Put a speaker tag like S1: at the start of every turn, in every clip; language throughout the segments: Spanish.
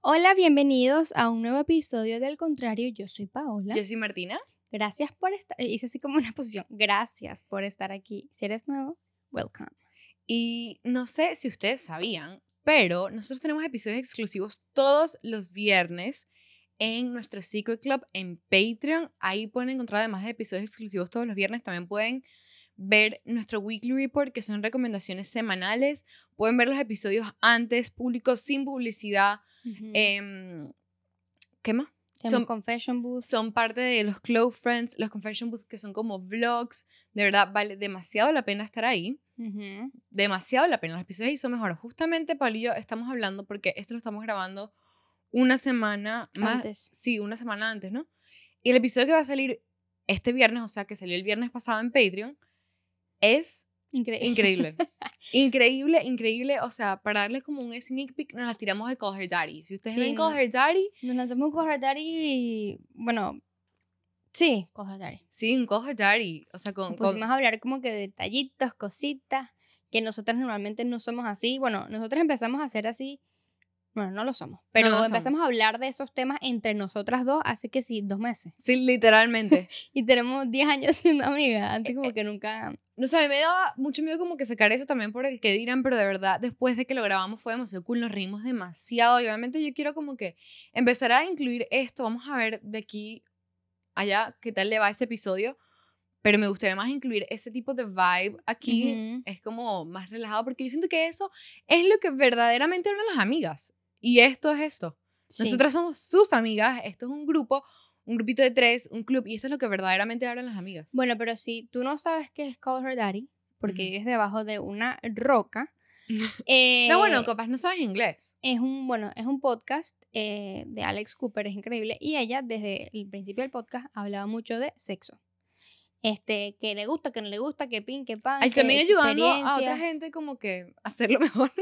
S1: Hola, bienvenidos a un nuevo episodio del contrario. Yo soy Paola.
S2: Yo soy Martina.
S1: Gracias por estar. eh, Hice así como una posición. Gracias por estar aquí. Si eres nuevo, welcome.
S2: Y no sé si ustedes sabían, pero nosotros tenemos episodios exclusivos todos los viernes en nuestro Secret Club en Patreon. Ahí pueden encontrar además de episodios exclusivos todos los viernes. También pueden ver nuestro Weekly Report, que son recomendaciones semanales. Pueden ver los episodios antes, públicos, sin publicidad.
S1: Mm.
S2: Em, ¿Qué más?
S1: Tenemos
S2: son-
S1: Eh, Confession Booth.
S2: son parte de los Close Friends, los Confession Booths, que son como vlogs. De verdad, vale demasiado la pena estar ahí.
S1: Ujú.
S2: Demasiado la pena. Los episodios ahí son mejores. Justamente, Pablo y yo estamos hablando porque esto lo estamos grabando una semana más.
S1: Antes.
S2: Sí, una semana antes, ¿no? Y el episodio que va a salir este viernes, o sea, que salió el viernes pasado en Patreon, es
S1: Increíble.
S2: increíble. increíble, increíble. O sea, para darle como un sneak peek, nos las tiramos de Call Her Daddy. Si ustedes
S1: Sí,
S2: ven
S1: no.
S2: Call Her Daddy,
S1: Nos lanzamos un Call Her Daddy y. Bueno. Sí, Call Her Daddy.
S2: sí, un Call Her Daddy. O sea, con,
S1: Nos
S2: con
S1: pusimos a hablar como que de detallitos, cositas, que nosotras normalmente no somos así. Bueno, nosotras empezamos a ser así. Bueno, no lo somos, pero
S2: no lo somos.
S1: empezamos a hablar de esos temas entre nosotras dos hace que sí, dos meses.
S2: Sí, literalmente.
S1: Y tenemos 10 años siendo amigas, antes
S2: Eh,
S1: como que nunca...
S2: No sé, a mí me daba mucho miedo como que sacar eso también por el que dirán, pero de verdad, después de que lo grabamos fue demasiado cool, nos rimos demasiado y obviamente yo quiero como que empezar a incluir esto, vamos a ver de aquí allá qué tal le va a este episodio, pero me gustaría más incluir ese tipo de vibe aquí,
S1: Ujú.
S2: es como más relajado porque yo siento que eso es lo que verdaderamente eran las amigas y esto es esto.
S1: Sí.
S2: Nosotras somos sus amigas, esto es un grupo, un grupito de tres, un club y esto es lo que verdaderamente hablan las amigas.
S1: Bueno, pero si tú no sabes qué es Call Her Daddy, porque
S2: Ujú.
S1: vives debajo de una roca... eh,
S2: No, bueno, capaz no sabes inglés.
S1: es un, bueno, es un podcast eh, de Alex Cooper, es increíble, y ella desde el principio del podcast hablaba mucho de sexo. Este, que le gusta, que no le gusta, que pin, que pan,
S2: Ay,
S1: que
S2: también ayudando a otra
S1: experiencias.
S2: gente como que a hacerlo mejor.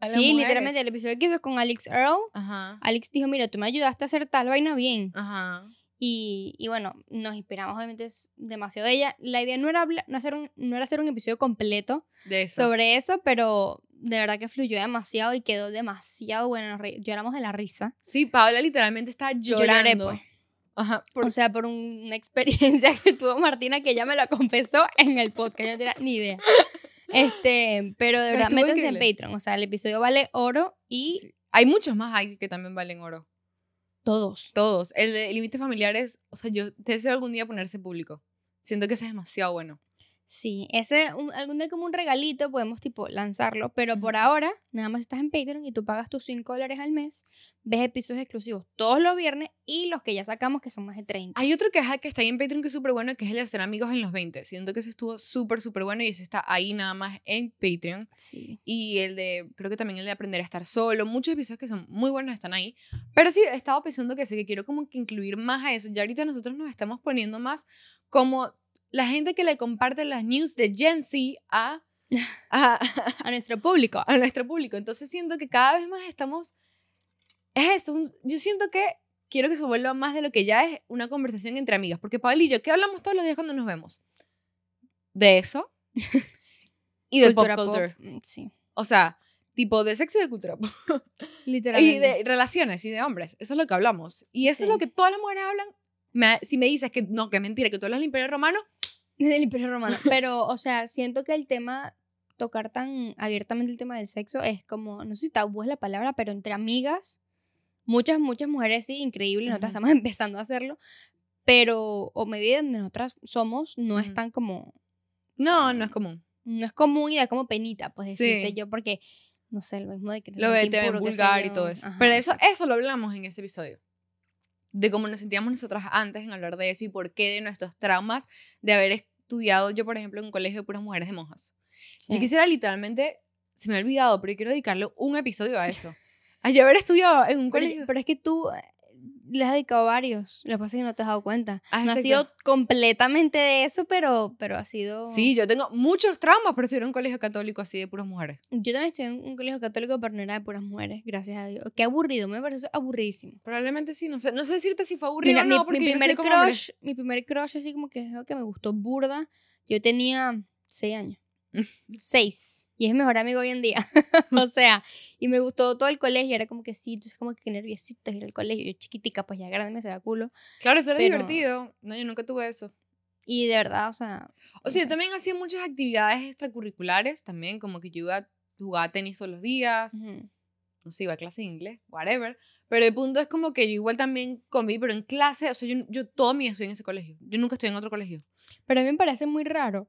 S2: a las
S1: Sí,
S2: mujeres.
S1: literalmente, el episodio que hizo con Alex Earl,
S2: Ajá.
S1: Alex dijo, mira, tú me ayudaste a hacer tal vaina bien.
S2: Ajá.
S1: Y, y bueno, nos inspiramos obviamente es demasiado de ella. La idea no era, habla- no, hacer un, no era hacer un episodio completo
S2: De eso.
S1: sobre eso, pero de verdad que fluyó demasiado y quedó demasiado bueno. Nos re- lloramos de la risa.
S2: Sí, Paula literalmente está
S1: lloré,
S2: llorando.
S1: pues.
S2: Ajá. por-
S1: O sea, por un- una experiencia que tuvo Martina que ella me la confesó en el podcast, yo no tenía ni idea. Este, pero de
S2: Pero
S1: verdad,
S2: estuvo
S1: métanse en
S2: increíble.
S1: Patreon, o sea, el episodio vale oro y
S2: sí. Hay muchos más ahí que también valen oro.
S1: todos.
S2: Todos. El de límites familiares, o sea, yo deseo algún día ponerse público. Siento que ese es demasiado bueno.
S1: Sí, ese un- algún día como un regalito podemos tipo lanzarlo, pero por
S2: Ujú.
S1: ahora nada más estás en Patreon y tú pagas tus 5 dólares al mes, ves episodios exclusivos todos los viernes y los que ya sacamos que son más de 30.
S2: Hay otro que, ajá, que está ahí en Patreon que es súper bueno, que es el de hacer amigos en los 20. Siento que ese estuvo súper, súper bueno y ese está ahí nada más en Patreon.
S1: Sí.
S2: y el de, creo que también el de aprender a estar solo, muchos episodios que son muy buenos están ahí, pero sí, he estado pensando que sí, que quiero como que incluir más a eso, ya ahorita nosotros nos estamos poniendo más como la gente que le comparte las news de Gen Z a, a,
S1: A nuestro público.
S2: a nuestro público, entonces siento que cada vez más estamos, es eso, un- yo siento que quiero que se vuelva más de lo que ya es una conversación entre amigas, porque Pablo y yo, ¿qué hablamos todos los días cuando nos vemos? De eso y de pop culture.
S1: mm, Sí.
S2: O sea, tipo de sexo y de cultura. pop.
S1: Literalmente.
S2: Y de relaciones y de hombres. Eso es lo que hablamos. Y eso
S1: Sí.
S2: es lo que todas las mujeres hablan. Me- si me dices que no, que mentira, que tú hablas del Imperio Romano,
S1: Desde el Imperio Romano. Pero, o sea, siento que el tema, tocar tan abiertamente el tema del sexo es como, no sé si tabú es la palabra, pero entre amigas, muchas, muchas mujeres sí, increíble, nosotras
S2: Ujú.
S1: estamos empezando a hacerlo, pero, o medida donde nosotras somos, no es
S2: Ujú.
S1: tan como, Ah.
S2: no, no es común.
S1: no es común y da como penita, pues
S2: Sí.
S1: decirte yo, porque, no sé, lo mismo de que te
S2: Lo de
S1: sentí
S2: te ven
S1: impuro, qué sé
S2: vulgar y
S1: yo.
S2: todo eso.
S1: Ajá,
S2: Pero eso,
S1: exacto.
S2: eso lo hablamos en ese episodio. De cómo nos sentíamos nosotras antes en hablar de eso y por qué de nuestros traumas de haber estudiado, yo por ejemplo, en un colegio de puras mujeres de monjas. Yo
S1: Sí.
S2: quisiera literalmente, se me ha olvidado, pero yo quiero dedicarle un episodio a eso. A yo haber estudiado en un
S1: Pero,
S2: colegio.
S1: pero es que tú eh, le has dedicado varios. Lo que pasa es que no te has dado cuenta.
S2: Ah,
S1: no ha
S2: exacto.
S1: sido completamente de eso, pero, pero ha sido.
S2: Sí, yo tengo muchos traumas, pero estuve en un colegio católico así de puras mujeres.
S1: Yo también estudié en un colegio católico, pero no era de puras mujeres, gracias a Dios. Qué aburrido, me parece aburridísimo.
S2: Probablemente sí, no sé, no sé decirte si fue aburrido
S1: Mira,
S2: o
S1: mi-
S2: no, porque
S1: mi,
S2: yo no
S1: primer
S2: soy como hombre.
S1: crush, mi primer crush, así como que es algo que me gustó burda. Yo tenía seis años. seis. Y es mi mejor amigo hoy en día. o sea, y me gustó todo el colegio. Era como que sí, entonces como que nerviosito ir al colegio. Yo chiquitica, pues ya grande me se da culo.
S2: Claro, eso era
S1: Pero-
S2: divertido. No, yo nunca tuve eso.
S1: Y de verdad, o sea,
S2: O sea, yo también hacía muchas actividades extracurriculares también, como que yo iba a jugar tenis todos los días,
S1: ujú,
S2: no sé, iba a clase de inglés, whatever. Pero el punto es como que yo igual también conviví, pero en clase, o sea, yo, yo todo mi vida estuve en ese colegio. Yo nunca estuve en otro colegio.
S1: pero a mí me parece muy raro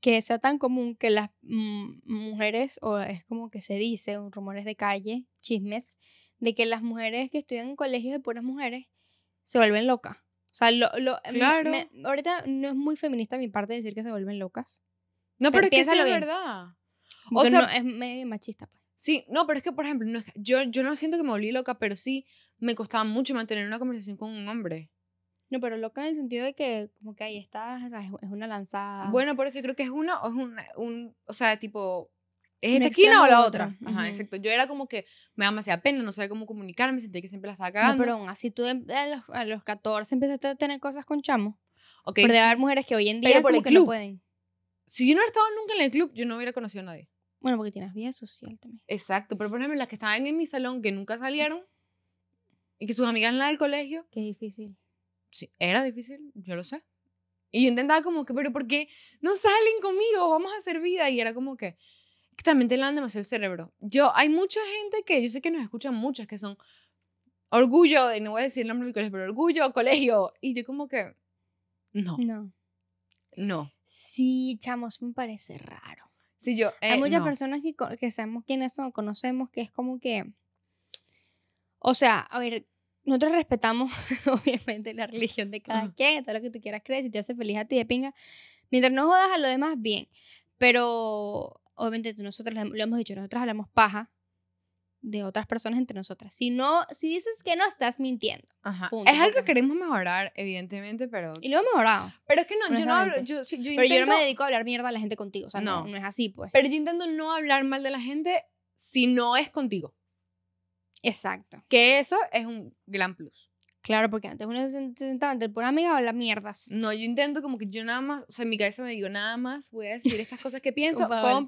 S1: que sea tan común que las mm, mujeres, o es como que se dice, o rumores de calle, chismes, de que las mujeres que estudian en colegios de puras mujeres se vuelven locas. O sea, lo, lo- me-
S2: Claro.
S1: me- ahorita no es muy feminista de mi parte decir que se vuelven locas.
S2: No,
S1: Pero
S2: pero, es que sí
S1: piénsalo
S2: es
S1: bien.
S2: verdad.
S1: o
S2: sea-
S1: sea, es medio machista. pues.
S2: Sí, no, pero es que, por ejemplo, no es que- yo, yo no siento que me volví loca, pero sí me costaba mucho mantener una conversación con un hombre.
S1: No, pero loca en el sentido de que como que ahí está, o sea, es es una lanzada.
S2: Bueno, por eso yo creo que es una o es una- un, o sea, tipo, ¿es
S1: Un
S2: esta esquina
S1: extremo
S2: o la
S1: u
S2: otra?
S1: otro,
S2: Ajá,
S1: ujú.
S2: exacto. Yo era como que me daba demasiada pena, no sabía cómo comunicarme, sentía que siempre la estaba
S1: no,
S2: cagando.
S1: pero aún así tú em- a los, a los 14 empezaste a tener cosas con chamos.
S2: Ok,
S1: pero debe
S2: si-
S1: haber mujeres que hoy en
S2: Pero
S1: día
S2: por
S1: como
S2: el
S1: que
S2: club.
S1: no pueden.
S2: si yo no hubiera estado nunca en el club, yo no hubiera conocido a nadie.
S1: Bueno, porque tienes vida social también.
S2: Exacto, pero por ejemplo, las que estaban en mi salón que nunca salieron y que sus amigas eran las del colegio,
S1: Qué difícil.
S2: sí, era difícil, yo lo sé. Y yo intentaba como que, pero ¿por qué no salen conmigo? Vamos a hacer vida. Y era como que, que también te lavan demasiado el cerebro. Yo, hay mucha gente que, yo sé que nos escuchan muchas que son orgullo, de, no voy a decir el nombre del colegio, pero orgullo, colegio. Y yo como que, no,
S1: No.
S2: no.
S1: Sí, chamos, me parece raro.
S2: Sí, yo, eh,
S1: Hay muchas
S2: no.
S1: personas que, co- que sabemos quiénes son, conocemos, que es como que... O sea, a ver, nosotros respetamos obviamente la religión de cada
S2: Ajá.
S1: quien, todo lo que tú quieras creer, si te hace feliz a ti de pinga. Mientras no jodas a los demás, bien. Pero obviamente tú- nosotros lo hemos dicho, nosotros hablamos paja de otras personas entre nosotras. Si no, si dices que no, estás mintiendo.
S2: Ajá.
S1: punto,
S2: es algo que
S1: porque-
S2: queremos mejorar, evidentemente, pero...
S1: Y lo hemos hablado.
S2: Pero es que no, yo no hablo,
S1: honestamente.
S2: yo, sí, yo
S1: Pero yo no
S2: intento-
S1: me dedico a hablar mierda a la gente contigo. O sea, no,
S2: No.
S1: no es así, pues.
S2: Pero yo intento no hablar mal de la gente si no es contigo.
S1: Exacto.
S2: Que eso es un gran plus.
S1: Claro, porque antes uno se sen- se sentaba ante el pura amiga a hablar mierdas.
S2: No, yo intento como que yo nada más, o sea, en mi cabeza me digo, nada más voy a decir estas cosas que pienso
S1: Con
S2: con
S1: Paola.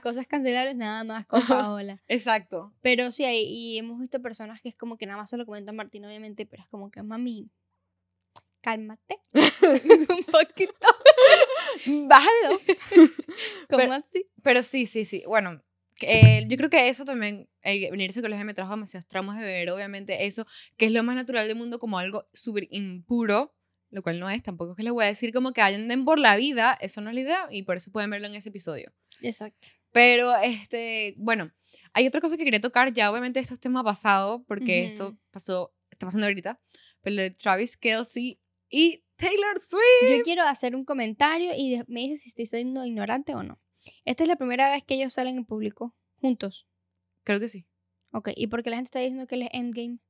S1: Cosas cancelables nada más con Paola.
S2: Exacto.
S1: Pero sí, hay, y hemos visto personas que es como que nada más se lo comentan a Martín, obviamente, pero es como que, mami, cálmate. Un poquito.
S2: Bájale dos.
S1: ¿Cómo
S2: Pero-
S1: así?
S2: Pero sí, sí, sí. Bueno, que, eh, yo creo que eso también, el venirse al colegio me trajo demasiados tramos de beber, obviamente, eso, que es lo más natural del mundo como algo súper impuro, lo cual no es, tampoco es que les voy a decir como que anden por la vida, eso no es la idea, y por eso pueden verlo en ese episodio.
S1: Exacto.
S2: Pero, este, bueno, hay otra cosa que quería tocar, ya obviamente esto es tema pasado, porque
S1: Ujú.
S2: esto pasó, está pasando ahorita, pero lo de Travis Kelsey y Taylor Swift.
S1: Yo quiero hacer un comentario y de- me dices si estoy siendo ignorante o no. Esta es la primera vez que ellos salen en público juntos.
S2: Creo que sí.
S1: Ok, ¿y por qué la gente está diciendo que él es endgame?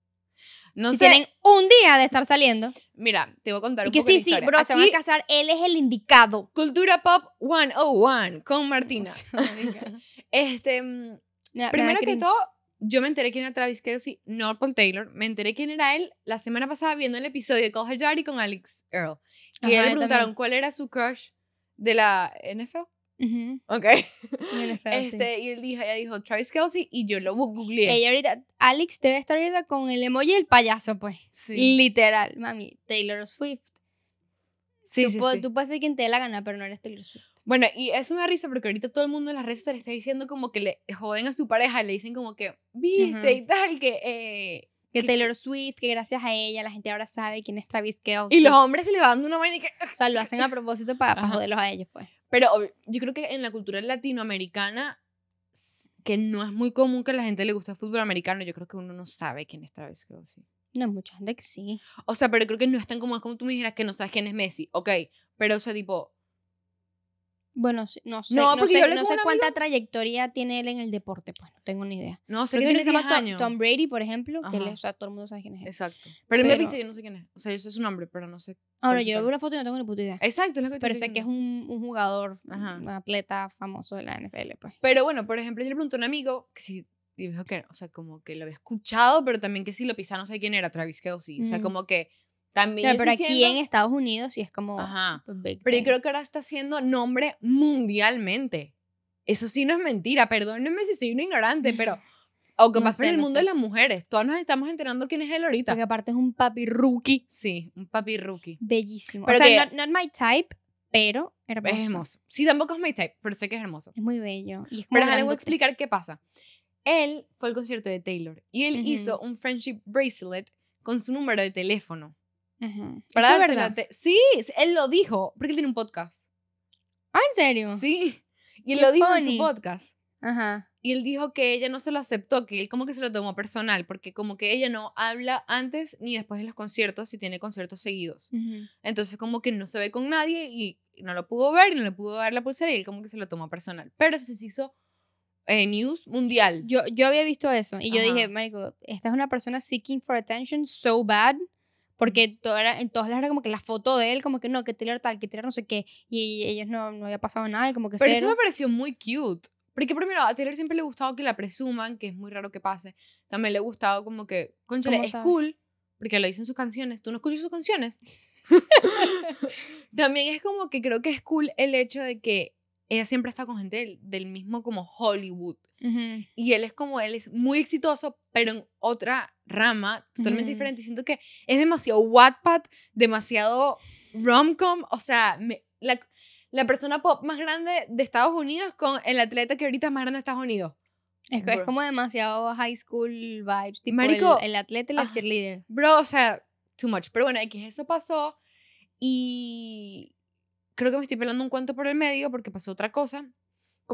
S2: No
S1: si
S2: sé,
S1: tienen un día de estar saliendo.
S2: mira, te voy a contar
S1: Y
S2: un
S1: que
S2: poco la
S1: sí, sí,
S2: historia. Ah,
S1: bro, se van
S2: Aquí-
S1: a casar, él es el indicado.
S2: Cultura Pop 101 con Martina.
S1: oh
S2: Este, mm,
S1: Ya, me da
S2: primero que
S1: cringe.
S2: todo, yo me enteré quién era Travis Kelsey, no Paul Taylor. Me enteré quién era él la semana pasada viendo el episodio de Call Her Daddy con Alex Earl.
S1: Ajá,
S2: Que
S1: yo
S2: le
S1: también.
S2: preguntaron cuál era su crush de la NFL.
S1: Ujú,
S2: Ok.
S1: en el feo, sí.
S2: Este, y él dijo, ella dijo Travis Kelsey y yo lo bu- googleé.
S1: Ella ahorita, Alex debe estar ahorita con el emoji del payaso, pues.
S2: Sí,
S1: Literal, mami. Taylor Swift.
S2: sí,
S1: tú,
S2: sí,
S1: po-
S2: sí.
S1: tú puedes ser quien te dé la gana, pero no eres Taylor Swift.
S2: Bueno, y eso me da risa porque ahorita todo el mundo en las redes sociales está diciendo como que le joden a su pareja, le dicen como que, viste
S1: Ajá.
S2: y tal, que... eh,
S1: Que
S2: Que-
S1: Taylor Swift, que gracias a ella la gente ahora sabe quién es Travis Kelce.
S2: Y los hombres se le van dando una vaina y que...
S1: O sea, lo hacen a propósito para,
S2: Ajá.
S1: joderlos a ellos, pues.
S2: Pero ob- yo creo que en la cultura latinoamericana, s- que no es muy común que a la gente le guste el fútbol americano, yo creo que uno no sabe quién es Travis Kelsey.
S1: No, hay mucha gente que sí.
S2: O sea, pero creo que no es tan común es como tú me dijeras que no sabes quién es Messi, ok. Pero, o sea, tipo,
S1: Bueno, sí, no sé,
S2: No,
S1: no,
S2: porque
S1: sé,
S2: yo hablé
S1: no
S2: con
S1: sé
S2: un
S1: cuánta trayectoria tiene él en el deporte, pues no tengo ni idea.
S2: no sé
S1: Creo
S2: que
S1: que uno
S2: tiene
S1: se llama
S2: 10
S1: Tom,
S2: años.
S1: Tom Brady, por ejemplo, que él
S2: Ajá.
S1: es- o sea, todo el mundo sabe quién es él.
S2: Exacto. Pero él me
S1: Pero-
S2: dice, yo no sé quién es. O sea, yo sé su nombre, pero no sé.
S1: Ah, bueno, yo
S2: Por supuesto.
S1: veo la foto y no tengo ni puta idea.
S2: Exacto, es lo que te
S1: Pero
S2: estoy
S1: sé que es
S2: diciendo.
S1: un, un jugador,
S2: Ajá.
S1: un atleta famoso de la NFL, pues.
S2: Pero bueno, por ejemplo, yo le pregunté a un amigo que si. Y dijo que, o sea, como que lo había escuchado, pero también que si lo pisaba, no sé quién era Travis Kelsey. O sea,
S1: Mm.
S2: como que también.
S1: Claro,
S2: yo
S1: pero
S2: estoy
S1: aquí en
S2: siendo-
S1: Estados Unidos sí es como. pues, este.
S2: Ajá.
S1: big
S2: Pero yo
S1: thing.
S2: creo que ahora está siendo nombre mundialmente. Eso sí no es mentira, perdónenme si soy una ignorante, pero... Aunque
S1: No
S2: más
S1: sé,
S2: en el
S1: no
S2: mundo
S1: sé.
S2: de las mujeres, todas nos estamos enterando quién es él ahorita.
S1: Porque aparte es un papi rookie.
S2: Sí, un papi rookie.
S1: Bellísimo.
S2: Pero
S1: o sea,
S2: que-
S1: not, not my type, pero hermoso.
S2: Es hermoso. Sí, tampoco es my type, pero sé que es hermoso.
S1: Es muy bello. Y es como
S2: Pero ya les voy a
S1: grandote.
S2: explicar qué pasa. Él fue al concierto de Taylor y él
S1: Ujú.
S2: hizo un friendship bracelet con su número de teléfono.
S1: Ajá.
S2: Para
S1: Eso es
S2: dárselo
S1: verdad.
S2: a Te- Sí, él lo dijo, porque él tiene un podcast.
S1: Ah, ¿en serio?
S2: Sí. Y él
S1: Qué
S2: lo dijo en
S1: funny.
S2: su podcast.
S1: Ajá.
S2: Y él dijo que ella no se lo aceptó, que él como que se lo tomó personal, porque como que ella no habla antes ni después de los conciertos, si tiene conciertos seguidos.
S1: Ujú.
S2: Entonces como que no se ve con nadie y no lo pudo ver, y no le pudo dar la pulsera y él como que se lo tomó personal. Pero eso se hizo eh, news mundial.
S1: Yo, yo había visto eso y yo
S2: Ajá.
S1: dije, Marico, esta es una persona seeking for attention so bad. Porque toda era- en todas las era como que la foto de él, como que no, que Taylor tal, que Taylor no sé qué. Y ellos no, no había pasado nada y como que
S2: Pero eso
S1: cero.
S2: me pareció muy cute. Porque primero, a Taylor siempre le ha gustado que la presuman, que es muy raro que pase. También le ha gustado como que, conchale,
S1: ¿Cómo
S2: es
S1: sabes?
S2: cool, porque lo dicen sus canciones. ¿Tú no escuchas sus canciones? También es como que creo que es cool el hecho de que ella siempre está con gente del, del mismo como Hollywood.
S1: Ujú.
S2: Y él es como, él es muy exitoso, pero en otra rama totalmente
S1: Ujú.
S2: diferente. Siento que es demasiado Wattpad, demasiado rom-com. O sea, me- la, la persona pop más grande de Estados Unidos con el atleta que ahorita es más grande de Estados Unidos.
S1: Es, que- es
S2: Bro.
S1: como demasiado high school vibes. Tipo
S2: Marico, ah.
S1: el, el atleta y la
S2: ajá.
S1: cheerleader.
S2: Bro, o sea, too much. Pero bueno, X, eso pasó. Y creo que me estoy pelando un cuento por el medio porque pasó otra cosa.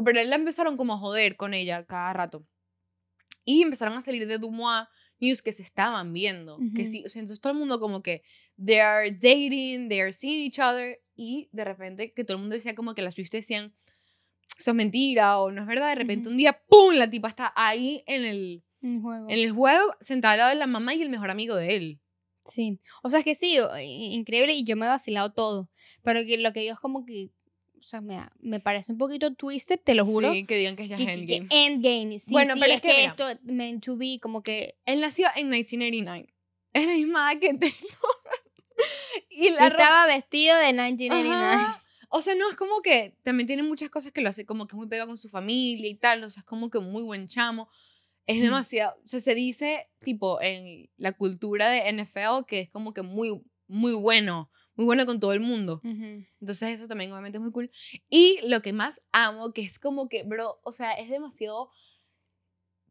S2: Pero él la empezaron como a joder con ella cada rato. Y empezaron a salir de Dumois news que se estaban viendo. Que
S1: Ujú.
S2: sí, o sea, entonces todo el mundo como que they are dating, they are seeing each other. Y de repente que todo el mundo decía como que las suites decían eso es mentira o no es verdad. De repente
S1: Ujú.
S2: un día, ¡pum! La tipa está ahí en el,
S1: Un juego.
S2: en el juego sentada al lado de la mamá y el mejor amigo de él.
S1: Sí, o sea, es que sí, o- i- increíble y yo me he vacilado todo, pero que lo que digo es como que, o sea, me, da- me parece un poquito twisted, te lo juro.
S2: Sí, que digan que es ya
S1: que, que- que
S2: Endgame.
S1: endgame, sí,
S2: Bueno,
S1: sí,
S2: pero
S1: es
S2: es
S1: que,
S2: que mira.
S1: esto, meant to be, como que,
S2: Él nació en 1989. Es la misma edad que tengo. y la
S1: yo
S2: ropa-
S1: estaba vestido de 1989.
S2: Ajá. O sea, no, es como que también tiene muchas cosas que lo hace como que es muy pegado con su familia y tal. O sea, es como que muy buen chamo. Es
S1: Ujú.
S2: demasiado. O sea, se dice, tipo, en la cultura de NFL que es como que muy, muy bueno. Muy bueno con todo el mundo.
S1: Ujú.
S2: Entonces eso también obviamente es muy cool. Y lo que más amo, que es como que, bro, o sea, es demasiado...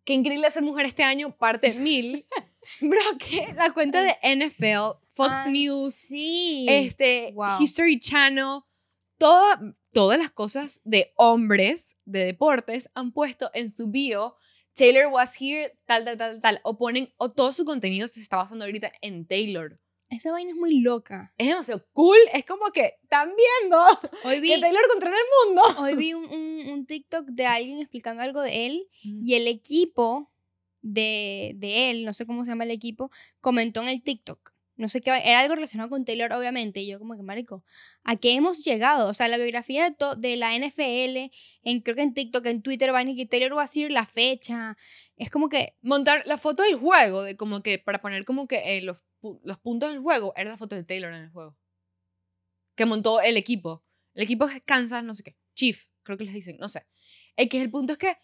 S2: Qué increíble ser mujer este año, parte mil. bro, que la cuenta de NFL, Fox
S1: Ah,
S2: News,
S1: Sí.
S2: este,
S1: Wow.
S2: History Channel, toda- todas las cosas de hombres, de deportes, han puesto en su bio, Taylor was here, tal, tal, tal, tal, o ponen, o todo su contenido se está basando ahorita en Taylor.
S1: Esa vaina es muy loca.
S2: Es demasiado cool, es como que están viendo
S1: Hoy vi,
S2: que Taylor controla el mundo.
S1: hoy vi un, un- un TikTok de alguien explicando algo de él y el equipo de, de él, no sé cómo se llama el equipo, comentó en el TikTok. No sé qué, va- era algo relacionado con Taylor, obviamente, y yo como que, marico, ¿a qué hemos llegado? O sea, la biografía de, to- de la NFL, en, creo que en TikTok, en Twitter, van y que Taylor va a decir la fecha. Es como que,
S2: montar la foto del juego, de como que para poner como que eh, los, pu- los puntos del juego, era la foto de Taylor en el juego. Que montó el equipo. El equipo es Kansas, no sé qué. Chief, creo que les dicen, no sé. El que el punto es que,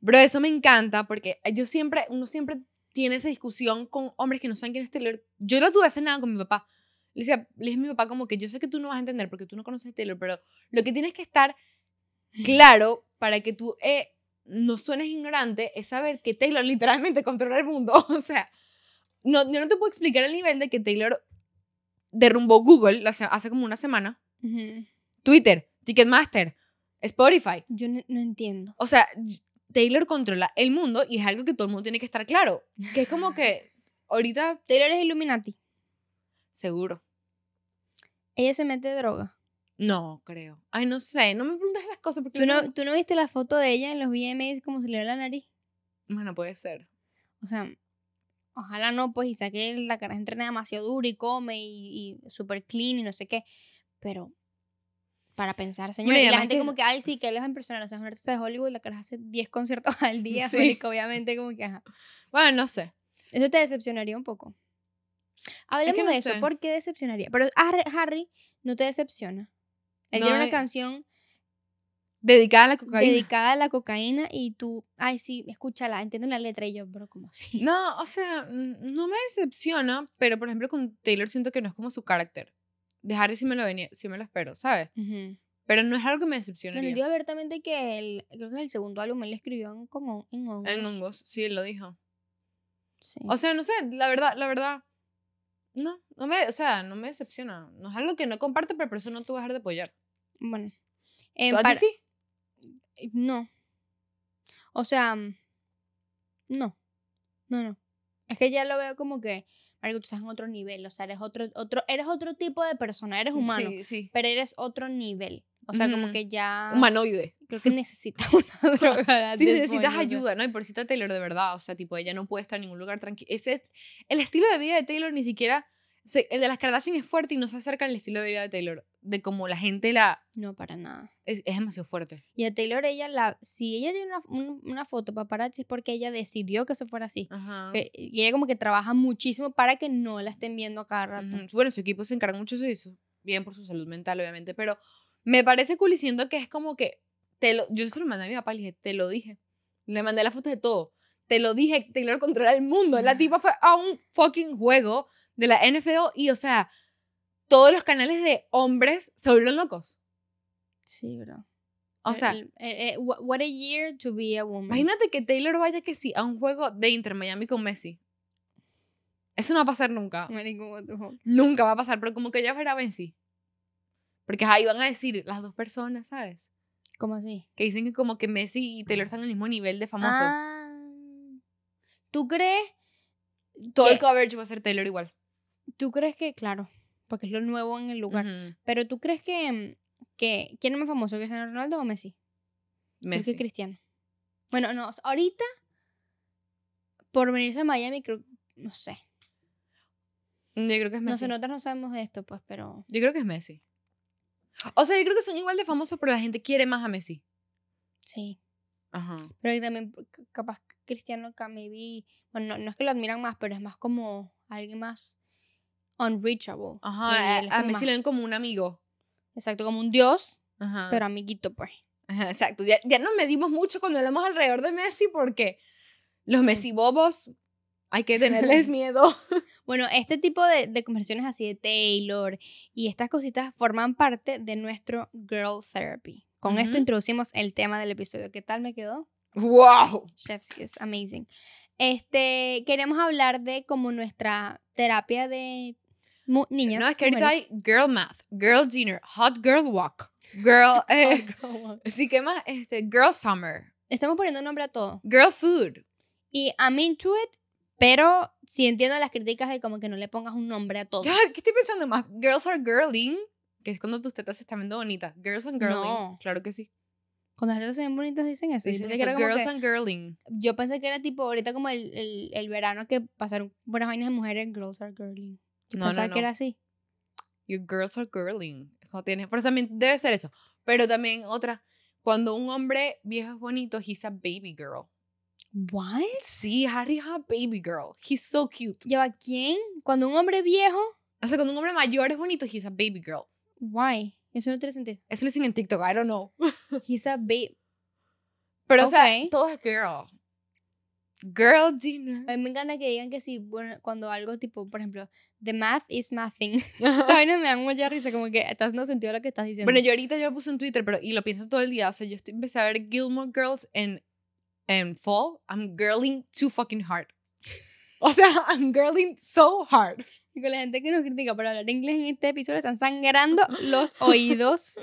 S2: bro, eso me encanta porque yo siempre, uno siempre tiene esa discusión con hombres que no saben quién es Taylor. Yo lo tuve hace nada con mi papá. Le decía, le dije a mi papá como que yo sé que tú no vas a entender porque tú no conoces a Taylor, pero lo que tienes que estar claro para que tú eh, no suenes ignorante es saber que Taylor literalmente controla el mundo. O sea, no, yo no te puedo explicar el nivel de que Taylor derrumbó Google la se- hace como una semana,
S1: ujú,
S2: Twitter, Ticketmaster, Spotify.
S1: yo no, no entiendo.
S2: O sea, y- Taylor controla el mundo y es algo que todo el mundo tiene que estar claro. Que es como que ahorita
S1: Taylor es Illuminati.
S2: seguro.
S1: Ella se mete droga.
S2: No, creo. Ay, no sé, no me preguntes esas cosas porque
S1: ¿Tú
S2: yo
S1: no, ¿Tú no viste la foto de ella en los VMAs como se le ve la nariz?
S2: Bueno, puede ser.
S1: O sea, ojalá no, pues, y saque la cara entrena demasiado duro y come y, y super clean y no sé qué. Pero para pensar, señor,
S2: Bueno, y
S1: y la
S2: además
S1: gente
S2: que
S1: como
S2: es-
S1: que, ay, sí, que él es a impresionar. O sea, es un artista de Hollywood, la cara hace 10 conciertos al día,
S2: Sí.
S1: marico, obviamente, como que, ajá.
S2: Bueno, no sé.
S1: Eso te decepcionaría un poco. Hablemos
S2: no
S1: de eso,
S2: sé.
S1: ¿por qué ah, decepcionaría? Pero Har- Harry no te decepciona. Él
S2: No,
S1: tiene una
S2: eh.
S1: canción
S2: Dedicada a la cocaína.
S1: dedicada a la cocaína y tú, ay, sí, escúchala, entiendo la letra y yo, pero como así.
S2: No, o sea, mm, no me decepciona, pero por ejemplo con Taylor siento que no es como su carácter. De Harry sí me lo, venía, sí me lo espero, ¿sabes?
S1: Ujú.
S2: Pero no es algo que me decepcione.
S1: Bueno, él dijo abiertamente que el, creo que el segundo álbum él lo escribió en, como en hongos.
S2: En hongos, sí, él lo dijo.
S1: Sí.
S2: O sea, no sé, la verdad, la verdad. No, no me, o sea, no me decepciona. No es algo que no comparte, pero por eso no te voy a dejar de apoyar.
S1: bueno.
S2: ¿Tú
S1: En
S2: a ti
S1: par- eh,
S2: sí?
S1: No. O sea, mm, no. No, no. Es que ya lo veo como que, marico, tú estás en otro nivel, o sea, eres otro, otro, eres otro tipo de persona, eres humano,
S2: Sí, sí.
S1: pero eres otro nivel. O sea, como
S2: Ujú.
S1: que ya
S2: Humanoide.
S1: creo que necesitas una droga. at
S2: Sí,
S1: this
S2: necesitas
S1: point, o sea.
S2: ayuda, ¿no? Y pobrecita Taylor, de verdad. O sea, tipo, ella no puede estar en ningún lugar tranquila. Ese, el estilo de vida de Taylor ni siquiera... se- el de las Kardashian es fuerte y no se acerca al estilo de vida de Taylor. De como la gente la...
S1: No, para nada.
S2: Es, es demasiado fuerte.
S1: Y a Taylor, ella la, si ella tiene una, un- una foto paparazzi es porque ella decidió que eso fuera así.
S2: Ajá.
S1: Eh, Y ella como que trabaja muchísimo para que no la estén viendo a cada rato.
S2: Ujú. Bueno, su equipo se encarga mucho de eso. Bien por su salud mental, obviamente. Pero me parece cool y siento que es como que. Te lo, yo se lo mandé a mi papá y le dije, te lo dije. Le mandé las fotos de todo. Te lo dije, Taylor controla el mundo. La tipa fue a un fucking juego de la NFL y, o sea, todos los canales de hombres se volvieron locos.
S1: Sí, bro.
S2: O
S1: El-
S2: sea,
S1: el- eh, eh, wha- what a year to be a woman.
S2: imagínate que Taylor vaya que sí a un juego de Inter Miami con Messi. Eso no va a pasar nunca.
S1: Marico, what the fuck.
S2: Nunca va a pasar, pero como que ya verá Messi. Porque ahí van a decir las dos personas, ¿sabes?
S1: ¿Cómo así?
S2: Que dicen que como que Messi y Taylor están en el mismo nivel de famoso.
S1: Ah. ¿Tú crees?
S2: Todo el
S1: que-
S2: coverage va a ser Taylor igual.
S1: ¿Tú crees que, claro, porque es lo nuevo en el lugar,
S2: Ujú.
S1: pero tú crees que, mm, que quién es más famoso, Cristiano Ronaldo o Messi? Yo creo
S2: Messi.
S1: que Cristiano. Bueno, no, ahorita por venirse a Miami creo no sé.
S2: Yo creo que es
S1: No
S2: Messi.
S1: sé, nosotros no sabemos de esto, pues, pero
S2: Yo creo que es Messi. O sea, yo creo que son igual de famosos, pero la gente quiere más a Messi.
S1: sí.
S2: Ajá.
S1: Pero que también c- capaz que Cristiano Camibi, bueno, no, no es que lo admiran más, pero es más como alguien más unreachable.
S2: Ajá.
S1: Y
S2: a-
S1: él es
S2: A,
S1: como
S2: Messi
S1: más-
S2: lo ven como un amigo.
S1: Exacto, como un dios,
S2: Ajá.
S1: pero amiguito, pues.
S2: Ajá, exacto. Ya, ya nos medimos mucho cuando hablamos alrededor de Messi porque los
S1: Sí.
S2: Messi bobos hay que tenerles miedo.
S1: Bueno, este tipo de, de conversaciones así de Taylor y estas cositas forman parte de nuestro Girl Therapy. Con esto
S2: Ujú.
S1: introducimos el tema del episodio. ¿Qué tal me quedó?
S2: ¡Wow!
S1: Chef's es amazing. Este, queremos hablar de como nuestra terapia de mu- niñas.
S2: No, es que ahorita hay
S1: mujeres.
S2: girl math, girl dinner, hot girl walk, girl... Eh,
S1: Oh, girl, wow.
S2: sí, ¿qué más? Este, girl summer,
S1: Estamos poniendo nombre a todo.
S2: girl food.
S1: Y I'm into it, pero sí entiendo las críticas de como que no le pongas un nombre a todo.
S2: Ya, ¿Qué estoy pensando más? Girls are girling, que es cuando tus tetas se están viendo bonitas. Girls and girling.
S1: No.
S2: Claro que sí.
S1: Cuando las tetas se ven bonitas dicen eso. Yo
S2: Dicen
S1: pensé, que
S2: eso,
S1: era como
S2: girls
S1: que-
S2: and girling.
S1: yo pensé que era tipo ahorita como el, el, el verano que pasaron buenas vainas de mujeres en Girls Are Girling. Yo
S2: No,
S1: pensaba
S2: no, no.
S1: que era así.
S2: Your girls are girling. No tienes, pero también debe ser eso. Pero también otra, cuando un hombre viejo es bonito, he's a baby girl.
S1: ¿What?
S2: Sí, Harry es a baby girl. He's so cute.
S1: ¿Lleva quién? Cuando un hombre viejo,
S2: O sea, cuando un hombre mayor es bonito, he's a baby girl.
S1: why? Eso no tiene sentido.
S2: Eso lo dicen en TikTok, I don't know.
S1: He's a babe.
S2: Pero, o sea,
S1: Ok.
S2: todo es girl. Girl dinner.
S1: A mí me encanta que digan que sí, bueno, cuando algo tipo, por ejemplo, the math is mathing. Esa vaina me da mucha risa, como que estás no sentido lo que estás diciendo.
S2: bueno, yo ahorita yo lo puse en Twitter, pero y lo pienso todo el día. O sea, yo estoy, empecé a ver Gilmore Girls en, en fall. I'm girling too fucking hard. O sea, I'm girling so hard.
S1: Y con la gente que nos critica por hablar inglés en este episodio están sangrando los oídos.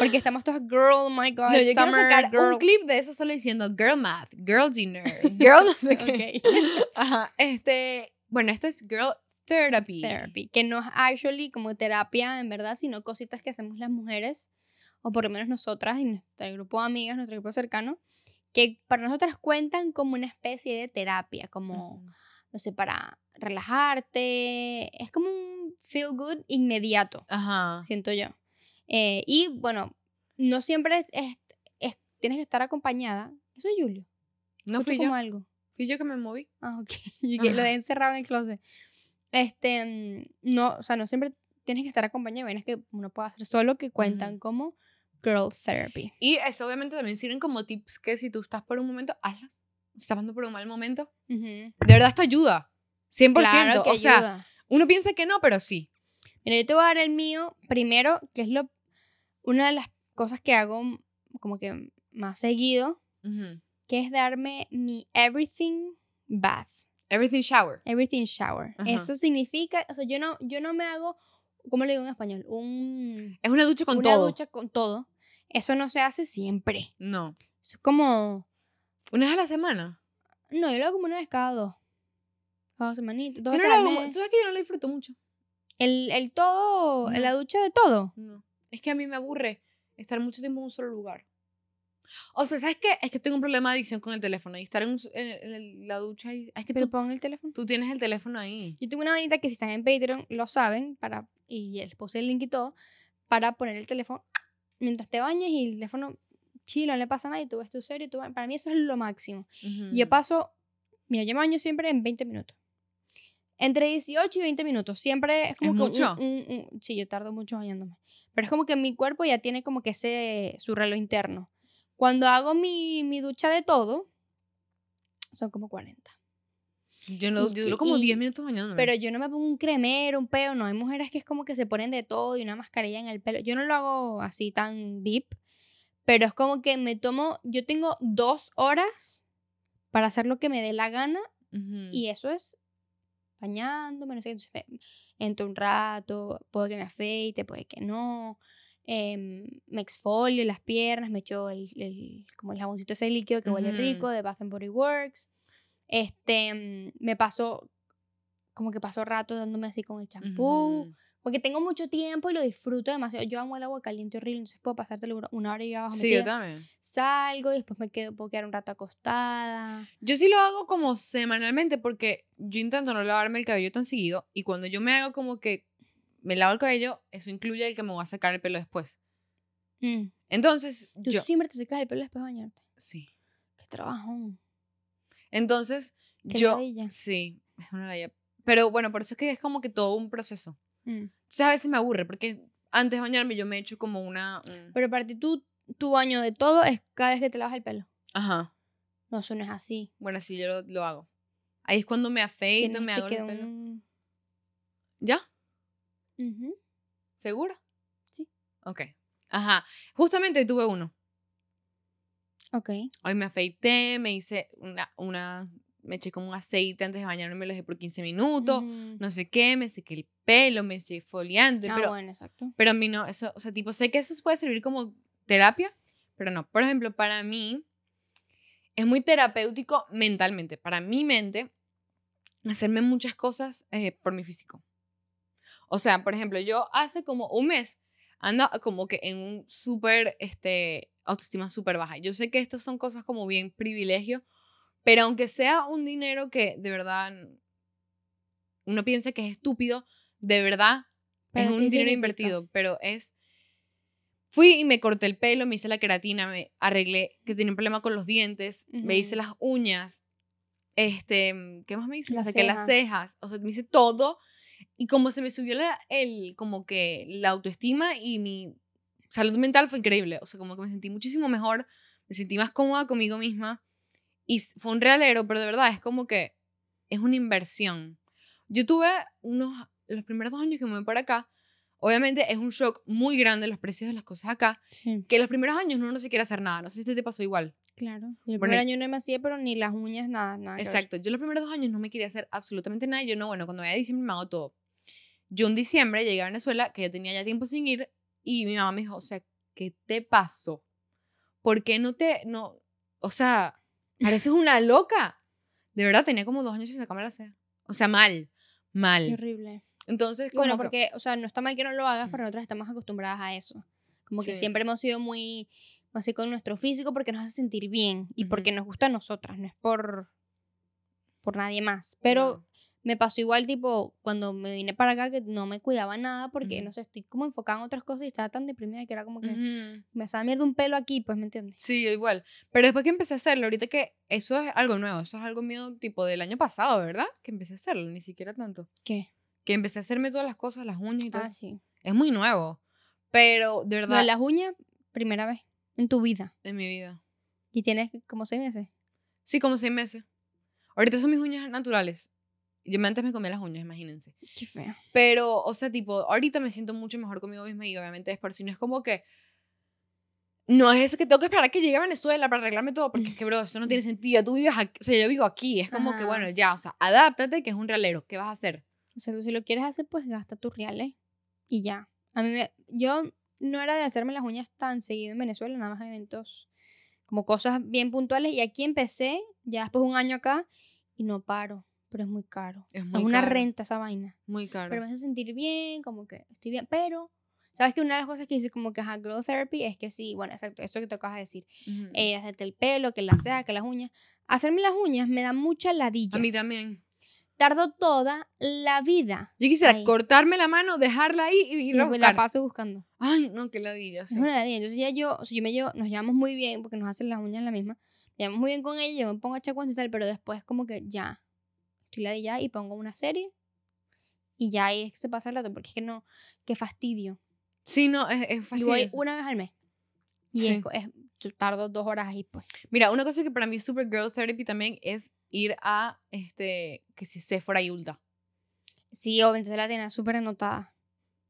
S1: Porque estamos todas girl, oh my god,
S2: No, yo quiero
S1: summer
S2: sacar
S1: girls.
S2: un clip de eso solo diciendo girl math, girl dinner, girl no sé qué.
S1: Ok.
S2: Ajá, este, bueno, esto es girl therapy.
S1: Therapy, que no es actually como terapia en verdad, sino cositas que hacemos las mujeres, o por lo menos nosotras y nuestro grupo de amigas, nuestro grupo cercano, que para nosotras cuentan como una especie de terapia, como
S2: Ujú.
S1: no sé, para relajarte. Es como un feel good inmediato,
S2: Ajá.
S1: siento yo. Eh, y bueno, no siempre es, es- es- tienes que estar acompañada. Eso es Julio.
S2: No
S1: Escucho
S2: fui
S1: como
S2: yo,
S1: algo.
S2: fui yo que me moví.
S1: Ah, ok. Y que lo
S2: Ajá.
S1: he encerrado en el closet. Este, mm, no, o sea, no siempre tienes que estar acompañada. Bueno, es que uno puede hacer solo que cuentan como Girl Therapy.
S2: Y eso obviamente también sirven como tips que si tú estás por un momento, hazlas. Si estás pasando por un mal momento,
S1: Ujú.
S2: de verdad esto ayuda. 100%.
S1: Claro que
S2: o sea,
S1: ayuda.
S2: uno piensa que no, pero sí.
S1: Mira, yo te voy a dar el mío primero, que es lo una de las cosas que hago m- como que más seguido,
S2: Ujú.
S1: que es darme mi everything bath,
S2: Everything shower.
S1: everything shower.
S2: Ajá.
S1: Eso significa, o sea, yo no yo no me hago ¿cómo le digo en español? Un
S2: Es una ducha con
S1: una
S2: todo.
S1: ducha con todo. Eso no se hace siempre.
S2: No.
S1: Eso es como
S2: Una vez a la semana.
S1: no, yo lo hago como una vez cada dos. Cada dos semanitas, dos
S2: Yo no
S1: veces
S2: la
S1: al
S2: hago mu-
S1: mes.
S2: Tú sabes que yo no la disfruto mucho.
S1: El, el todo,
S2: No.
S1: la ducha de todo.
S2: No. Es que a mí me aburre estar mucho tiempo en un solo lugar. O sea, ¿sabes qué? Es que tengo un problema de adicción con el teléfono y estar en, un s- en- en el- la ducha y... Es que
S1: Pero
S2: tú,
S1: pon el teléfono.
S2: tú tienes el teléfono ahí.
S1: Yo tengo una manita que si están en Patreon lo saben para y les puse el link y todo para poner el teléfono mientras te bañas y el teléfono chilo, no le pasa nada y tú ves tu serie, y tú ba- para mí eso es lo máximo.
S2: Ujú.
S1: Yo paso, mira, yo me baño siempre en 20 minutos. Entre 18 y 20 minutos, siempre es como
S2: ¿Es
S1: que un-
S2: mucho?
S1: un- un- un- sí, yo tardo mucho bañándome, pero es como que mi cuerpo ya tiene como que ese su reloj interno. Cuando hago mi, mi ducha de todo son como 40.
S2: Yo, no,
S1: Y
S2: yo
S1: que-
S2: duro como
S1: y-
S2: 10 minutos bañándome.
S1: Pero yo no me pongo un cremero, un peo, no. Hay mujeres que es como que se ponen de todo y una mascarilla en el pelo. Yo no lo hago así tan deep, pero es como que me tomo, yo tengo dos horas para hacer lo que me dé la gana
S2: Ujú.
S1: y eso es bañándome, no sé, entonces me- entro un rato, puede que me afeite, puede que no. em, me exfolio las piernas, me echo el, el- como el jaboncito ese líquido que huele
S2: Ujú.
S1: rico de Bath and Body Works. Este, mm, me paso, como que paso rato dándome así con el champú.
S2: Ujú.
S1: Porque tengo mucho tiempo y lo disfruto demasiado. Yo amo el agua caliente horrible, entonces puedo pasártelo una- una hora y abajo.
S2: Sí, yo también.
S1: Salgo y después me quedo, puedo quedar un rato acostada.
S2: Yo sí lo hago como semanalmente porque yo intento no lavarme el cabello tan seguido y cuando yo me hago como que me lavo el cabello, eso incluye el que me voy a sacar el pelo después.
S1: Mm.
S2: Entonces,
S1: Tú
S2: yo...
S1: siempre te secas el pelo después de bañarte.
S2: Sí.
S1: Qué trabajón.
S2: Entonces,
S1: Qué
S2: yo...
S1: ladilla.
S2: Sí, es una ladilla. Pero bueno, por eso es que es como que todo un proceso.
S1: Mm.
S2: Entonces a veces me aburre porque antes de bañarme yo me echo como una... un-
S1: Pero para ti, tú, tu baño de todo es cada vez que te lavas el pelo.
S2: Ajá.
S1: No, eso no es así.
S2: Bueno, sí, yo lo, lo hago. Ahí es cuando me afeito,
S1: Tienes-
S2: me
S1: te
S2: hago el
S1: queda
S2: pelo.
S1: un-
S2: ¿Ya?
S1: Ujú.
S2: ¿Segura?
S1: Sí.
S2: Ok. Ajá. Justamente hoy tuve uno.
S1: Ok.
S2: Hoy me afeité, me hice una, una, me eché como un aceite antes de bañarme, me lo dejé por 15 minutos,
S1: Ujú.
S2: no sé qué, me sequé el pelo, me hice foliante,
S1: Mm. Ah,
S2: pero,
S1: bueno, exacto.
S2: pero a mí no, eso, o sea, tipo, sé que eso puede servir como terapia, pero no. Por ejemplo, para mí es muy terapéutico mentalmente, para mi mente, hacerme muchas cosas eh, por mi físico. O sea, por ejemplo, yo hace como un mes ando como que en un súper, este, autoestima súper baja. Yo sé que estas son cosas como bien privilegio, pero aunque sea un dinero que de verdad uno piensa que es estúpido, de verdad
S1: ¿Para
S2: es
S1: ti
S2: un dinero
S1: significa?
S2: invertido, pero es... Fui y me corté el pelo, me hice la queratina, me arreglé que tenía un problema con los dientes, me hice
S1: Ujú.
S2: las uñas, este, ¿qué más me hice? Me
S1: Las
S2: saqué las cejas, o sea, me hice todo y como se me subió la, el, como que la autoestima y mi salud mental fue increíble. O sea, como que me sentí muchísimo mejor, me sentí más cómoda conmigo misma. Y s- fue un realero, pero de verdad es como que es una inversión. Yo tuve unos, los primeros dos años que me voy para acá, obviamente es un shock muy grande los precios de las cosas acá,
S1: Sí,
S2: que los primeros años uno no se quiere hacer nada. No sé si te pasó igual.
S1: claro. Yo el
S2: Bueno,
S1: primer año no me hacía, pero ni las uñas, nada, nada. que ver.
S2: Exacto. Yo los primeros dos años no me quería hacer absolutamente nada. y Yo no, bueno, cuando vaya a diciembre me hago todo. Yo en diciembre llegué a Venezuela, que yo tenía ya tiempo sin ir, y mi mamá me dijo, o sea, ¿qué te pasó? ¿Por qué no te, no, o sea, pareces una loca? De verdad, tenía como dos años sin sacarme la ceja. O sea, mal,
S1: Qué
S2: mal.
S1: horrible.
S2: Entonces,
S1: Y bueno,
S2: como que-
S1: porque, o sea, no está mal que no lo hagas, pero nosotras estamos acostumbradas a eso. Como que
S2: Sí.
S1: siempre hemos sido muy así con nuestro físico porque nos hace sentir bien y
S2: Ujú.
S1: porque nos gusta a nosotras, no es por por nadie más. Pero
S2: no.
S1: me pasó igual, tipo, cuando me vine para acá que no me cuidaba nada porque,
S2: Ujú.
S1: no sé, estoy como enfocada en otras cosas y estaba tan deprimida que era como que
S2: Ujú.
S1: me hacía mierda un pelo aquí, pues, ¿me entiendes?
S2: Sí, yo igual. Pero después que empecé a hacerlo, ahorita que eso es algo nuevo, eso es algo mío tipo del año pasado, ¿verdad? Que empecé a hacerlo, ni siquiera tanto.
S1: ¿Qué?
S2: que empecé a hacerme todas las cosas, las uñas y todo.
S1: Ah,
S2: eso.
S1: sí.
S2: Es muy nuevo. Pero,
S1: Lo de
S2: de verdad,
S1: las uñas, primera vez en tu vida.
S2: de mi vida.
S1: Y tienes como seis meses.
S2: Sí, como seis meses. Ahorita son mis uñas naturales. Yo me- antes me comía las uñas, imagínense.
S1: Qué feo.
S2: Pero, o sea, tipo, ahorita me siento mucho mejor conmigo misma y obviamente es por si no es como que. No es que tengo que esperar a que llegue a Venezuela para arreglarme todo, porque es que, bro, esto no tiene sentido. Tú vives aquí, o sea, yo vivo aquí, es como que,
S1: Ajá.
S2: bueno, ya, o sea, adáptate, que es un realero, ¿qué vas a hacer?
S1: O sea, tú si lo quieres hacer, pues gasta tus reales y ya. A mí me, yo no era de hacerme las uñas tan seguido en Venezuela, nada más eventos, como cosas bien puntuales. Y aquí empecé, ya después de un año acá, y no paro, pero es muy caro.
S2: Es muy
S1: es una
S2: caro,
S1: renta esa vaina.
S2: Muy caro.
S1: Pero me hace sentir bien, como que estoy bien, pero... ¿Sabes que una de las cosas que dice como que es growth therapy es que sí, bueno, exacto, eso que te acabas de decir,
S2: Ujú.
S1: eh, hacerte el pelo, que las cejas, que las uñas. Hacerme las uñas me da mucha ladilla.
S2: a mí también.
S1: Tardo toda la vida
S2: Yo quisiera
S1: Ay.
S2: cortarme la mano, dejarla ahí y
S1: y
S2: ir a
S1: después la
S2: buscar.
S1: paso buscando.
S2: Ay, no, qué ladilla. sí.
S1: Es una ladilla. Entonces ya yo, o sea, yo me llevo, nos llevamos muy bien porque nos hacen las uñas la misma. Nos llevamos muy bien con ella, yo me pongo a echar cuentas y tal, pero después como que ya, estoy ladilla y pongo una serie y ya ahí es que se pasa el rato porque es que no, qué fastidio.
S2: Sí, no, es, es
S1: Y voy
S2: fastidioso.
S1: una vez al mes. Y
S2: Sí.
S1: es, co- es- yo tardo dos horas ahí pues.
S2: Mira, una cosa que para mí es super girl therapy también es ir a, este, que si Sephora y Ulta.
S1: Sí, o entonces la tenía súper anotada.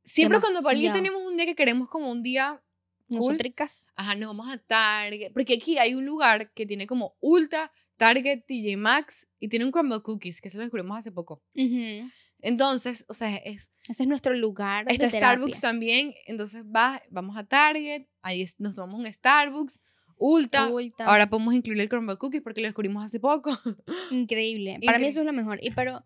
S2: Siempre cuando Paulina
S1: Demasiado.
S2: tenemos un día que queremos como un día, Cool.
S1: Nosotras
S2: ajá, nos vamos a Target, porque aquí hay un lugar que tiene como Ulta, Target, TJ Maxx y tiene un crumble cookies, que se lo descubrimos hace poco.
S1: ujú,
S2: Entonces, o sea, es,
S1: Ese es nuestro lugar. de
S2: está
S1: terapia.
S2: Starbucks también, entonces vas, vamos a Target, ahí es- nos tomamos un Starbucks, Ulta.
S1: Oculta.
S2: Ahora podemos incluir el crumble cookies porque lo descubrimos hace poco.
S1: Increíble. Para mí
S2: Increíble.
S1: eso es lo mejor. Y pero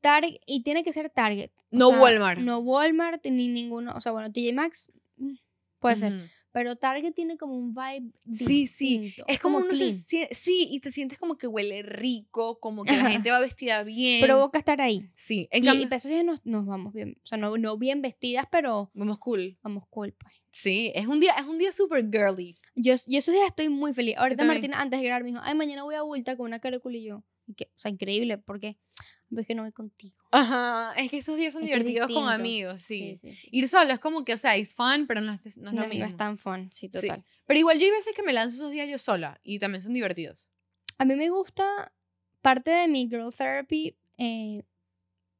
S1: Target y tiene que ser Target. O
S2: No
S1: sea,
S2: Walmart.
S1: No Walmart ni ninguno, o sea, bueno, TJ Maxx mm, puede ser,
S2: Ujú.
S1: pero Target tiene como un vibe
S2: Sí, sí.
S1: distinto,
S2: Es como, uno se
S1: clean.
S2: sien- sí, y te sientes como que huele rico, como que la gente va vestida bien.
S1: provoca estar ahí.
S2: sí, en
S1: Y,
S2: cambio,
S1: y para esos días nos, nos vamos bien, o sea, no, no bien vestidas, pero
S2: vamos cool.
S1: vamos cool, pues.
S2: Sí, es un día, es un día super girly.
S1: Yo, yo esos días estoy muy feliz. Ahorita
S2: también.
S1: Martina, antes de grabar, me dijo, ay, mañana voy a Ulta con una carácula y yo, y que, o sea, increíble, porque ves que no voy contigo.
S2: Ajá, es que esos días son
S1: Es que es
S2: divertidos con
S1: distinto.
S2: amigos, sí.
S1: sí, sí.
S2: Ir solo es como que, o sea, es fun, pero no es, no es
S1: No,
S2: lo
S1: no
S2: mismo.
S1: es tan fun, sí,
S2: Sí.
S1: total.
S2: Pero igual yo hay veces que me lanzo esos días yo sola y también son divertidos.
S1: A mí me gusta, parte de mi girl therapy eh,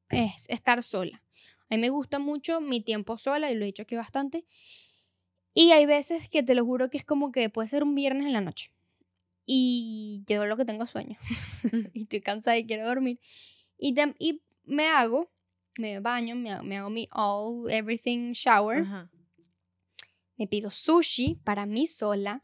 S1: es estar sola. A mí me gusta mucho mi tiempo sola, y lo he dicho aquí bastante. Y hay veces que te lo juro que es como que puede ser un viernes en la noche. Y yo lo que tengo es sueño. y estoy cansada y quiero dormir. Y, tam- y me hago, me baño, me hago, me hago mi all, everything shower.
S2: Ajá.
S1: Me pido sushi para mí sola.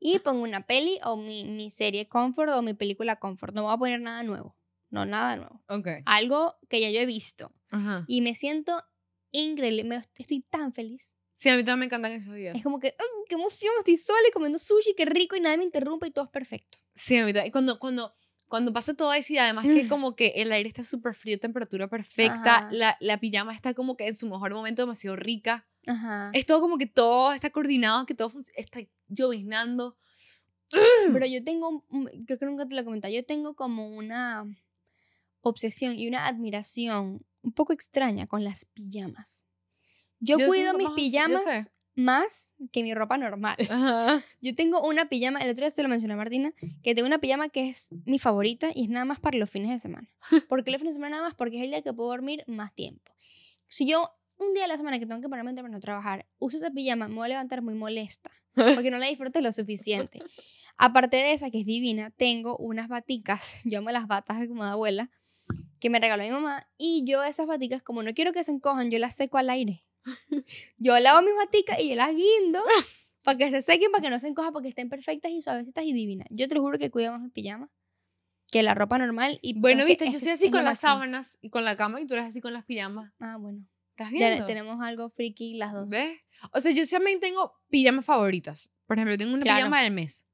S1: Y pongo una peli o mi, mi serie comfort o mi película comfort. No voy a poner nada nuevo. No, nada nuevo.
S2: Ok.
S1: Algo que ya yo he visto.
S2: Ajá.
S1: Y me siento increíble. me- estoy tan feliz.
S2: Sí, a mí también me encantan esos días.
S1: Es como que, ¡ah, ¡qué emoción! Estoy sola y comiendo sushi, qué rico. Y nadie me interrumpe y todo es perfecto.
S2: Sí, a mí también. Cuando, cuando, cuando pasa todo eso y además que como que el aire está súper frío, temperatura perfecta,
S1: Ajá.
S2: la, la pijama está como que en su mejor momento demasiado rica.
S1: Ajá.
S2: Es todo como que todo está coordinado, que todo func- está lloviznando.
S1: Pero
S2: Mm.
S1: yo tengo, un- un- creo que nunca te lo comenté, yo tengo como una obsesión y una admiración un poco extraña con las pijamas. Yo,
S2: Yo soy
S1: cuido mis
S2: capaz- yo
S1: pijamas
S2: sé.
S1: más que mi ropa normal.
S2: Ajá.
S1: Yo tengo una pijama, el otro día se lo mencioné a Martina, que tengo una pijama que es mi favorita y es nada más para los fines de semana. ¿Por qué los fines de semana nada más? Porque es el día que puedo dormir más tiempo. Si yo un día de la semana que tengo que pararme temprano a trabajar, uso esa pijama, me voy a levantar muy molesta porque no la disfruto lo suficiente. Aparte de esa, que es divina, tengo unas baticas, yo amo las batas como de abuela, que me regaló mi mamá y yo esas baticas, como no quiero que se encojan, yo las seco al aire. Yo lavo mis baticas y yo las guindo para que se sequen, para que no se encojan, porque estén perfectas y suavecitas y divinas. Yo te lo juro que cuido más mi pijama que la ropa normal. Y
S2: Bueno,
S1: es que-
S2: viste,
S1: es
S2: yo
S1: que
S2: soy
S1: es-
S2: así
S1: es lo
S2: con las
S1: máximo.
S2: sábanas y con la cama y tú eres así con las pijamas.
S1: Ah, bueno.
S2: ¿Estás
S1: Ya
S2: viendo?
S1: tenemos algo friki las dos.
S2: ¿Ves? O sea, yo también tengo pijamas favoritas. Por ejemplo, tengo una
S1: Claro.
S2: pijama del mes.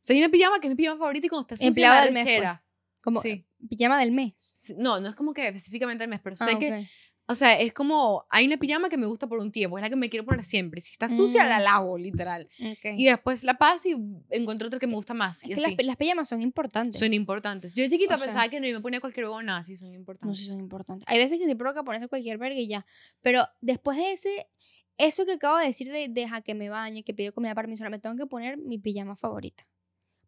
S2: O sea, hay una pijama que es mi pijama favorita y cuando está sucia
S1: Empleado
S2: me
S1: del mes, pues.
S2: arrechera.
S1: Como
S2: Sí.
S1: pijama del mes.
S2: Sí, No, no es como que específicamente el mes, pero sé
S1: Ah,
S2: que
S1: ok.
S2: O sea, es como, hay una pijama que me gusta por un tiempo, es la que me quiero poner siempre. Si está sucia, la
S1: Mm.
S2: lavo, literal.
S1: Ok.
S2: Y después la paso y encuentro otra que me gusta más.
S1: Es
S2: y
S1: que las,
S2: así.
S1: pi- las pijamas son importantes.
S2: Son importantes. Yo de chiquita
S1: O sea-
S2: pensaba que no y me ponía cualquier huevona, así son
S1: No
S2: importantes.
S1: sé si son importantes. Hay veces que se provoca ponerse cualquier verga y ya. Pero después de ese, eso que acabo de decir de deja que me bañe, que pido comida para mí sola, me tengo que poner mi pijama favorita.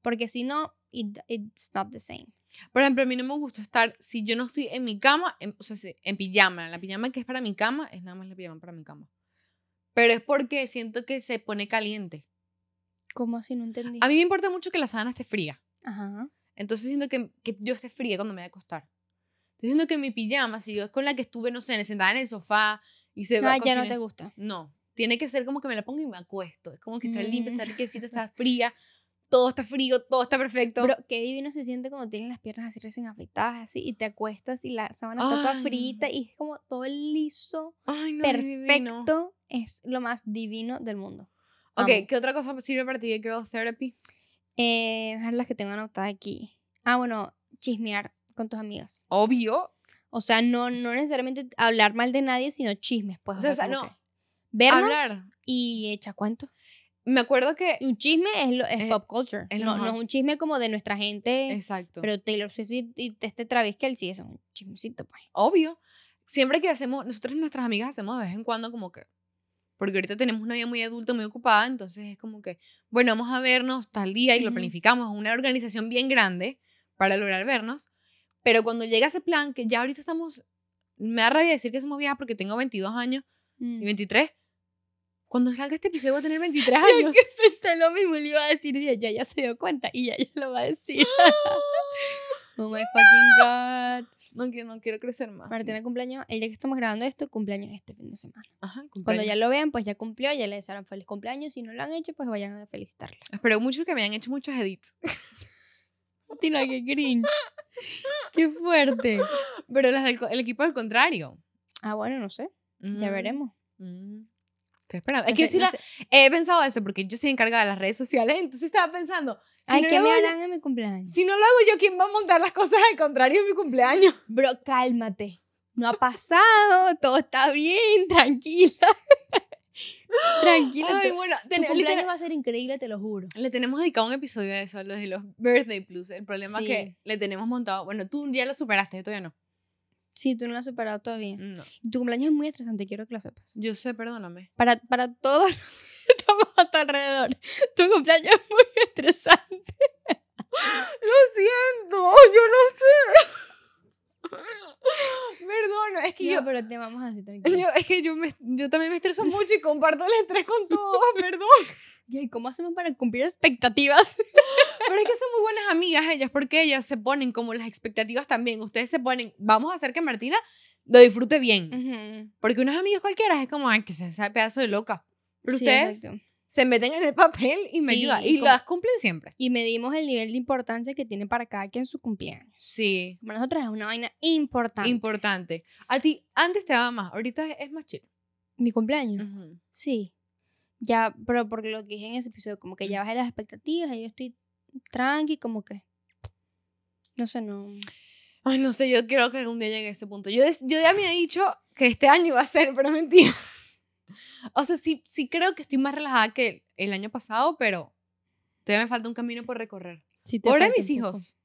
S1: Porque si no, it- it's not the same.
S2: Por ejemplo, a mí no me gusta estar, si yo no estoy en mi cama, en- o sea, si- en pijama, la pijama que es para mi cama es nada más la pijama para mi cama. Pero es porque siento que se pone caliente.
S1: ¿Cómo así? No entendí.
S2: A mí me importa mucho que la sábana esté fría.
S1: Ajá.
S2: Entonces siento que, que yo esté fría cuando me voy a acostar. Estoy diciendo que mi pijama, si yo es con la que estuve, no sé, sentada en el sofá y se va
S1: Ah,
S2: a
S1: ya no
S2: cocinar-
S1: te gusta.
S2: No, tiene que ser como que me la pongo y me acuesto. Es como que está limpia,
S1: Mm.
S2: está riquecita, está fría, todo está frío, todo está perfecto.
S1: Pero qué divino se siente cuando tienes las piernas así recién afeitadas así y te acuestas y la sábana está toda
S2: Ay.
S1: frita y es como todo liso,
S2: Ay, no, es divino.
S1: perfecto. Es lo más divino del mundo.
S2: Ok,
S1: Amo.
S2: ¿qué otra cosa sirve para ti de Girl Therapy?
S1: Eh, dejar las que tengo anotadas aquí. Ah, bueno, chismear con tus amigas.
S2: Obvio.
S1: O sea, no, no necesariamente hablar mal de nadie, sino chismes, pues.
S2: O sea,
S1: como
S2: no,
S1: que Vernos
S2: Hablar.
S1: y echa cuento.
S2: Me acuerdo que...
S1: Y un chisme es, lo, es
S2: Es-
S1: pop culture.
S2: Eh, es lo
S1: no, no
S2: mejor.
S1: es un chisme como de nuestra gente.
S2: Exacto.
S1: pero Taylor Swift y, y este Travis Kelce es un chismecito, pues.
S2: Obvio. Siempre que hacemos, nosotros y nuestras amigas hacemos de vez en cuando como que, porque ahorita tenemos una vida muy adulta, muy ocupada, entonces es como que, bueno, vamos a vernos tal día y lo
S1: Ujú.
S2: planificamos, es una organización bien grande para lograr vernos, pero cuando llega ese plan, que ya ahorita estamos, me da rabia decir que somos viejas porque tengo 22 años
S1: Mm.
S2: y 23, cuando salga este episodio voy a tener 23 años.
S1: Pensé lo mismo, le iba a decir y ya, ya se dio cuenta y ya, ya lo va a decir. oh my fucking god.
S2: No, quiero- no quiero crecer más.
S1: Martina cumpleaños, el día que estamos grabando esto, cumpleaños este fin de semana.
S2: Ajá,
S1: Cuando
S2: cumpleaños.
S1: ya lo vean, pues ya cumplió, ya le desearon feliz cumpleaños. Si no lo han hecho, pues vayan a felicitarlo.
S2: Espero mucho que me hayan hecho muchos edits.
S1: Martina, qué cringe. qué fuerte.
S2: Pero las del co- el equipo al contrario.
S1: Ah, bueno, no sé, ya
S2: Mm.
S1: veremos.
S2: Mm. Estoy esperando.
S1: No
S2: Es que
S1: sé,
S2: sí
S1: no
S2: la-
S1: sé.
S2: he pensado eso porque yo soy encargada de las redes sociales, entonces estaba pensando,
S1: Ay,
S2: no
S1: ¿qué
S2: lo
S1: me
S2: hago-
S1: harán en mi cumpleaños?
S2: si no lo hago yo, ¿quién va a montar las cosas al contrario en mi cumpleaños?
S1: Bro, cálmate. No ha pasado, todo está bien, tranquila. tranquila.
S2: Ay,
S1: tu-
S2: bueno,
S1: tu
S2: ten-
S1: cumpleaños
S2: literal-
S1: va a ser increíble, te lo juro.
S2: le tenemos dedicado un episodio a eso, a lo de los birthday plus. El problema
S1: Sí.
S2: es que le tenemos montado, bueno, tú ya lo superaste, yo todavía no.
S1: Sí, tú no lo has superado todavía.
S2: No.
S1: Y Tu cumpleaños es muy estresante, quiero que lo sepas.
S2: Yo sé, perdóname.
S1: Para, para todos los que estamos a tu alrededor, tu cumpleaños es muy estresante.
S2: Lo siento, yo no sé. Perdona, es que
S1: No,
S2: yo,
S1: pero te vamos así, tranquila.
S2: yo- es que yo, me- yo también me estreso mucho y comparto el estrés con todos, perdón.
S1: ¿Y cómo hacemos para cumplir expectativas?
S2: Pero es que son muy buenas amigas ellas, porque ellas se ponen como las expectativas también. Ustedes se ponen, vamos a hacer que Martina lo disfrute bien. Porque unos amigos cualquiera es como, ay, que se ese pedazo de loca. Pero
S1: Sí,
S2: ustedes
S1: exacto.
S2: se meten en el papel y me
S1: Sí,
S2: ayudan.
S1: y
S2: Y,
S1: como-
S2: las cumplen siempre.
S1: Y medimos el nivel de importancia que tiene para cada quien su cumpleaños.
S2: Sí.
S1: Para nosotras es una vaina importante.
S2: Importante. A ti, antes te daba más, ahorita es- es más chido.
S1: Mi cumpleaños. Sí. Ya, pero por lo que dije en ese episodio, como que ya bajé las expectativas, y yo estoy tranqui, como que. No sé, no.
S2: Ay, no sé, yo creo que algún día llegue a ese punto. Yo, des- yo ya me he dicho que este año iba a ser, pero mentira. O sea, sí, sí creo que estoy más relajada que el año pasado, pero todavía me falta un camino por recorrer.
S1: Sí te
S2: Pobre
S1: falta
S2: mis
S1: un poco.
S2: hijos.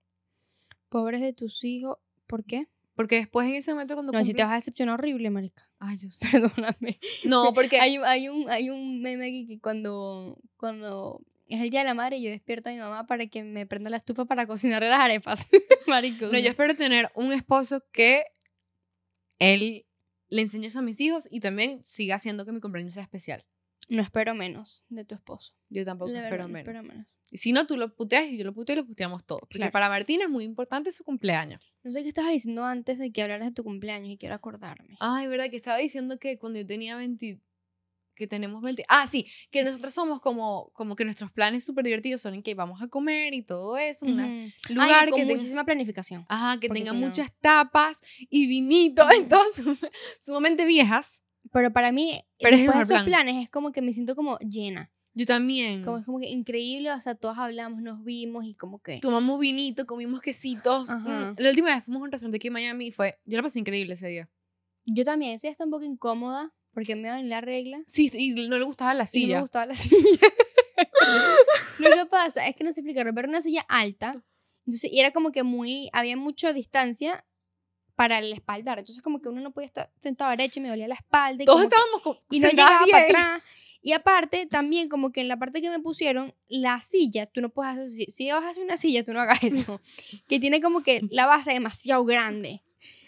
S1: Pobres de tus hijos. ¿Por qué?
S2: Porque después en ese momento cuando
S1: No, si te
S2: cumplan-
S1: vas a decepcionar horrible, marica.
S2: Ay, yo sé.
S1: Perdóname.
S2: No, porque...
S1: Hay, un- hay, un, hay un meme aquí que cuando, cuando es el día de la madre, yo despierto a mi mamá para que me prenda la estufa para cocinarle las arepas. Marico.
S2: no, yo espero tener un esposo que él le enseñe eso a mis hijos y también siga haciendo que mi cumpleaños sea especial.
S1: no espero menos de tu esposo.
S2: Yo tampoco
S1: La
S2: espero
S1: verdad, no
S2: menos.
S1: espero menos.
S2: Y Si no, tú lo puteas y yo lo puteo y lo puteamos todos. Porque
S1: Claro.
S2: para Martina es muy importante su cumpleaños.
S1: No sé qué estabas diciendo antes de que hablaras de tu cumpleaños y quiero acordarme.
S2: Ay, verdad que estaba diciendo que cuando yo tenía 20 que tenemos 20. Ah, sí, que nosotros somos como como que nuestros planes súper divertidos son en que vamos a comer y todo eso, un
S1: Ujú.
S2: lugar
S1: Ay, con
S2: que tenga-
S1: muchísima planificación.
S2: Ajá, que
S1: Porque
S2: tenga
S1: si no-
S2: muchas tapas y vinito,
S1: Ujú.
S2: entonces sumamente viejas.
S1: Pero para mí,
S2: Pero
S1: después
S2: es el
S1: de
S2: mejor
S1: esos
S2: plan.
S1: planes, es como que me siento como llena.
S2: Yo también.
S1: Como es como que increíble, o sea, todas hablamos, nos vimos y como que...
S2: Tomamos vinito, comimos quesitos. Mm,
S1: Ajá.
S2: La última vez fuimos a un restaurante aquí en Miami y fue, yo la pasé increíble ese día.
S1: Yo también, sí, está un poco incómoda porque me en la regla.
S2: Sí, y no le gustaba la
S1: Y no me
S2: silla.
S1: gustaba la silla. Lo que pasa es que no se explicaron, pero era una silla alta. Entonces, y era como que muy... Había mucha distancia para la espalda. Entonces, como que uno no podía estar sentado derecho y me dolía la espalda. Y
S2: Todos
S1: como que-
S2: estábamos con,
S1: y no
S2: sentadas
S1: llegaba
S2: bien.
S1: para atrás. Y aparte, también como que en la parte que me pusieron, la silla, tú no puedes hacer, si, si vas a hacer una silla, tú no hagas eso, que tiene como que la base demasiado grande.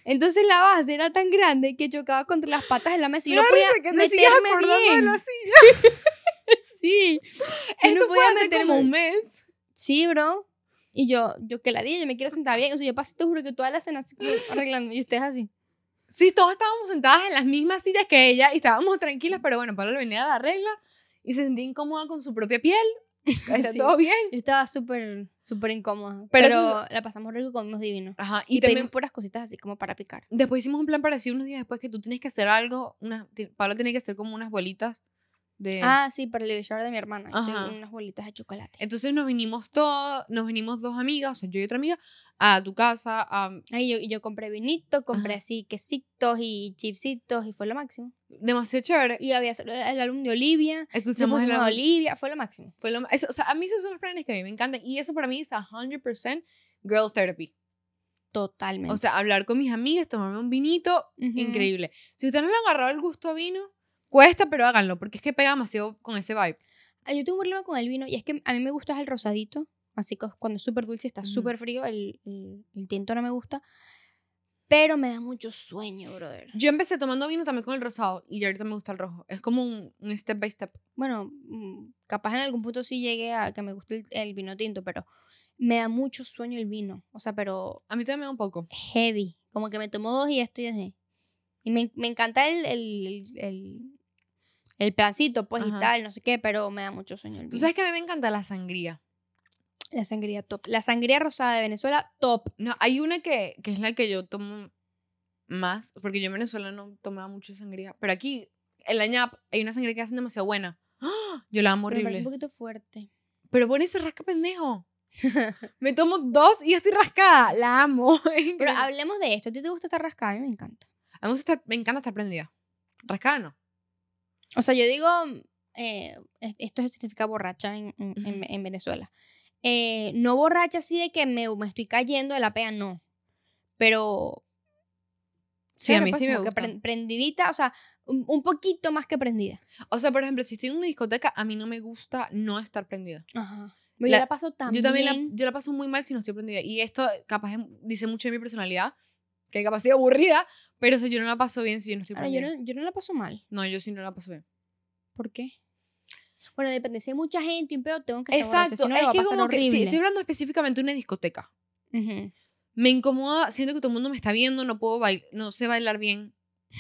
S1: Entonces la base era tan grande que chocaba contra las patas de la mesa y yo no
S2: Claro,
S1: podía
S2: que te sigas
S1: meterme
S2: acordando de
S1: bien.
S2: la silla.
S1: Sí. Yo
S2: Esto
S1: no
S2: fue
S1: podía
S2: hace
S1: meterme.
S2: como un mes.
S1: Sí, bro. Y yo, yo que la di, yo me quiero sentar bien. O sea, yo pasé, te juro que toda la cena así como arreglando y ustedes así.
S2: Sí, todos estábamos sentadas en las mismas sillas que ella y estábamos tranquilas, pero bueno, Pablo le venía la regla y se sentía incómoda con su propia piel. Está
S1: Sí.
S2: todo bien.
S1: Yo estaba súper, súper incómoda.
S2: Pero
S1: Pero,
S2: eso
S1: la pasamos rico, comimos divino.
S2: Ajá, y,
S1: Y,
S2: también
S1: pedimos puras cositas así como para picar.
S2: después hicimos un plan parecido unos días después que tú tienes que hacer algo, unas, ti- Pablo tiene que hacer como unas bolitas de...
S1: Ah, sí, para el baby shower de mi hermana. Hice
S2: Ajá.
S1: unas bolitas de chocolate.
S2: Entonces nos vinimos todos, nos vinimos dos amigas, o sea, yo y otra amiga, a tu casa, a
S1: Ahí yo, yo compré vinito, compré
S2: Ajá.
S1: así quesitos y chipsitos y fue lo máximo.
S2: demasiado chévere. Y
S1: Y había sal- el álbum de Olivia. Yo
S2: escuchamos
S1: puse
S2: el
S1: una
S2: álbum.
S1: Olivia, fue lo máximo.
S2: Fue lo ma- eso- o sea, a mí esos son los planes que a mí me encantan. Y eso para mí es 100% girl therapy.
S1: Totalmente.
S2: O sea, hablar con mis amigas, tomarme un vinito,
S1: Ujú.
S2: increíble. Si usted no le ha agarrado el gusto a vino, cuesta, pero háganlo, porque es que pega demasiado con ese vibe.
S1: Ah, yo tengo un problema con el vino y es que a mí me gusta el rosadito. Así que cuando es súper dulce está
S2: Ujú.
S1: súper frío. El, el, el tinto no me gusta. Pero me da mucho sueño, brother.
S2: Yo empecé tomando vino también con el rosado y ya ahorita me gusta el rojo. Es como un, un step by step.
S1: bueno, mm, capaz en algún punto sí llegué a que me guste el, el vino tinto, pero me da mucho sueño el vino. O sea, pero
S2: A mí también me da un poco.
S1: heavy. Como que me tomo dos y estoy así. Y me, me encanta el, el, el, el, el plancito, pues,
S2: Ajá.
S1: y tal, no sé qué, pero me da mucho sueño el
S2: Tú
S1: vino.
S2: sabes que a mí me encanta la sangría.
S1: la sangría top. La sangría rosada de Venezuela, top.
S2: No, hay una que, que es la que yo tomo más, porque yo en Venezuela no tomaba mucho sangría, pero aquí, en la ñap, hay una sangría que hacen demasiado buena. ¡Ah! Yo la amo
S1: Pero me parece
S2: horrible.
S1: un poquito fuerte.
S2: Pero pon ese rasca pendejo. Me tomo dos y ya estoy rascada. La amo. Es increíble.
S1: Pero hablemos de esto. ¿A ti te gusta estar rascada? A mí me encanta.
S2: A mí me, gusta estar- me encanta estar prendida. Rascada no.
S1: O sea, yo digo, eh, es- esto significa borracha en, en- en- en Venezuela. Eh, no borracha así de que me, me estoy cayendo de la pea, no. Pero...
S2: Sí, a
S1: chévere,
S2: mí
S1: pues,
S2: sí me
S1: como que
S2: gusta.
S1: pren- prendidita, o sea, un, un poquito más que prendida.
S2: O sea, por ejemplo, si estoy en una discoteca, a mí no me gusta no estar prendida.
S1: Ajá. Pero
S2: La-
S1: yo la paso
S2: Yo
S1: también.
S2: también la, yo la paso muy mal si no estoy prendida. Y esto capaz es- dice mucho de mi personalidad, que capaz soy aburrida, pero o sea, yo no la paso bien si yo no estoy
S1: Ahora, yo,
S2: prendida.
S1: no, yo no la paso mal.
S2: No, yo sí no la paso bien.
S1: ¿Por qué? Bueno, depende. Si hay mucha gente y un pedo, tengo que estar borracha, si no, la
S2: es
S1: voy a
S2: que
S1: pasar
S2: como que, sí,
S1: horrible.
S2: estoy hablando específicamente de una discoteca.
S1: Ujú.
S2: Me incomoda, siento que todo el mundo me está viendo, no puedo bailar, no sé bailar bien.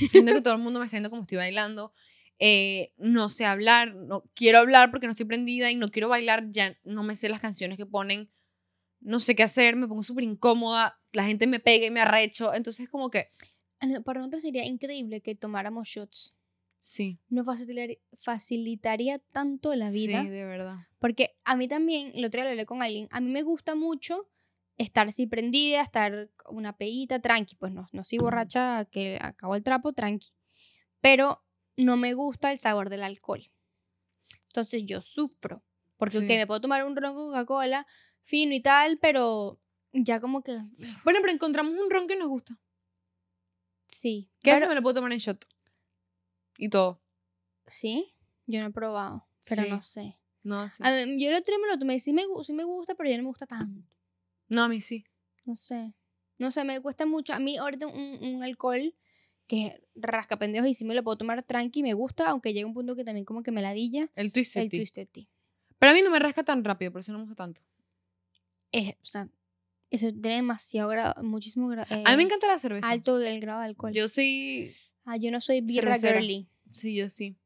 S2: Siento que todo el mundo me está viendo como estoy bailando. eh, no sé hablar, no quiero hablar porque no estoy prendida y no quiero bailar, ya no me sé las canciones que ponen, no sé qué hacer, me pongo súper incómoda, la gente me pega y me arrecho, entonces como que,
S1: Ah, no, Para nosotros sería increíble que tomáramos shots.
S2: sí,
S1: nos facilitar- facilitaría tanto la vida.
S2: sí, de verdad.
S1: Porque a mí también, el otro día lo hablé con alguien, a mí me gusta mucho estar así prendida, estar con una peguita, tranqui, pues no, no soy borracha que acabo el trapo, tranqui. Pero no me gusta el sabor del alcohol. Entonces yo sufro. Porque ok,
S2: Sí.
S1: me puedo tomar un ron con Coca-Cola fino y tal, pero ya como que
S2: Bueno, pero encontramos un ron que nos gusta,
S1: sí.
S2: que ese
S1: Pero-
S2: me lo puedo tomar en shot y todo.
S1: sí, yo no he probado, pero
S2: Sí.
S1: no sé.
S2: No, sí.
S1: A mí- yo el otro día me lo tomé, sí me, gu- sí me gusta, pero ya no me gusta tanto.
S2: no, a mí sí.
S1: No sé. No sé, me cuesta mucho. A mí ahorita un, un alcohol que rasca pendejos y sí me lo puedo tomar tranqui, me gusta, aunque llega un punto que también como que me ladilla
S2: El Twisted
S1: el
S2: Tea.
S1: Twisted Tea.
S2: Pero a mí no me rasca tan rápido, por eso no me gusta tanto.
S1: Es, o sea, eso tiene demasiado grado, muchísimo grado.
S2: a mí me encanta la cerveza.
S1: Alto el grado de alcohol.
S2: Yo sí,
S1: ah, yo no soy birra
S2: cervecera.
S1: girly.
S2: sí, yo sí.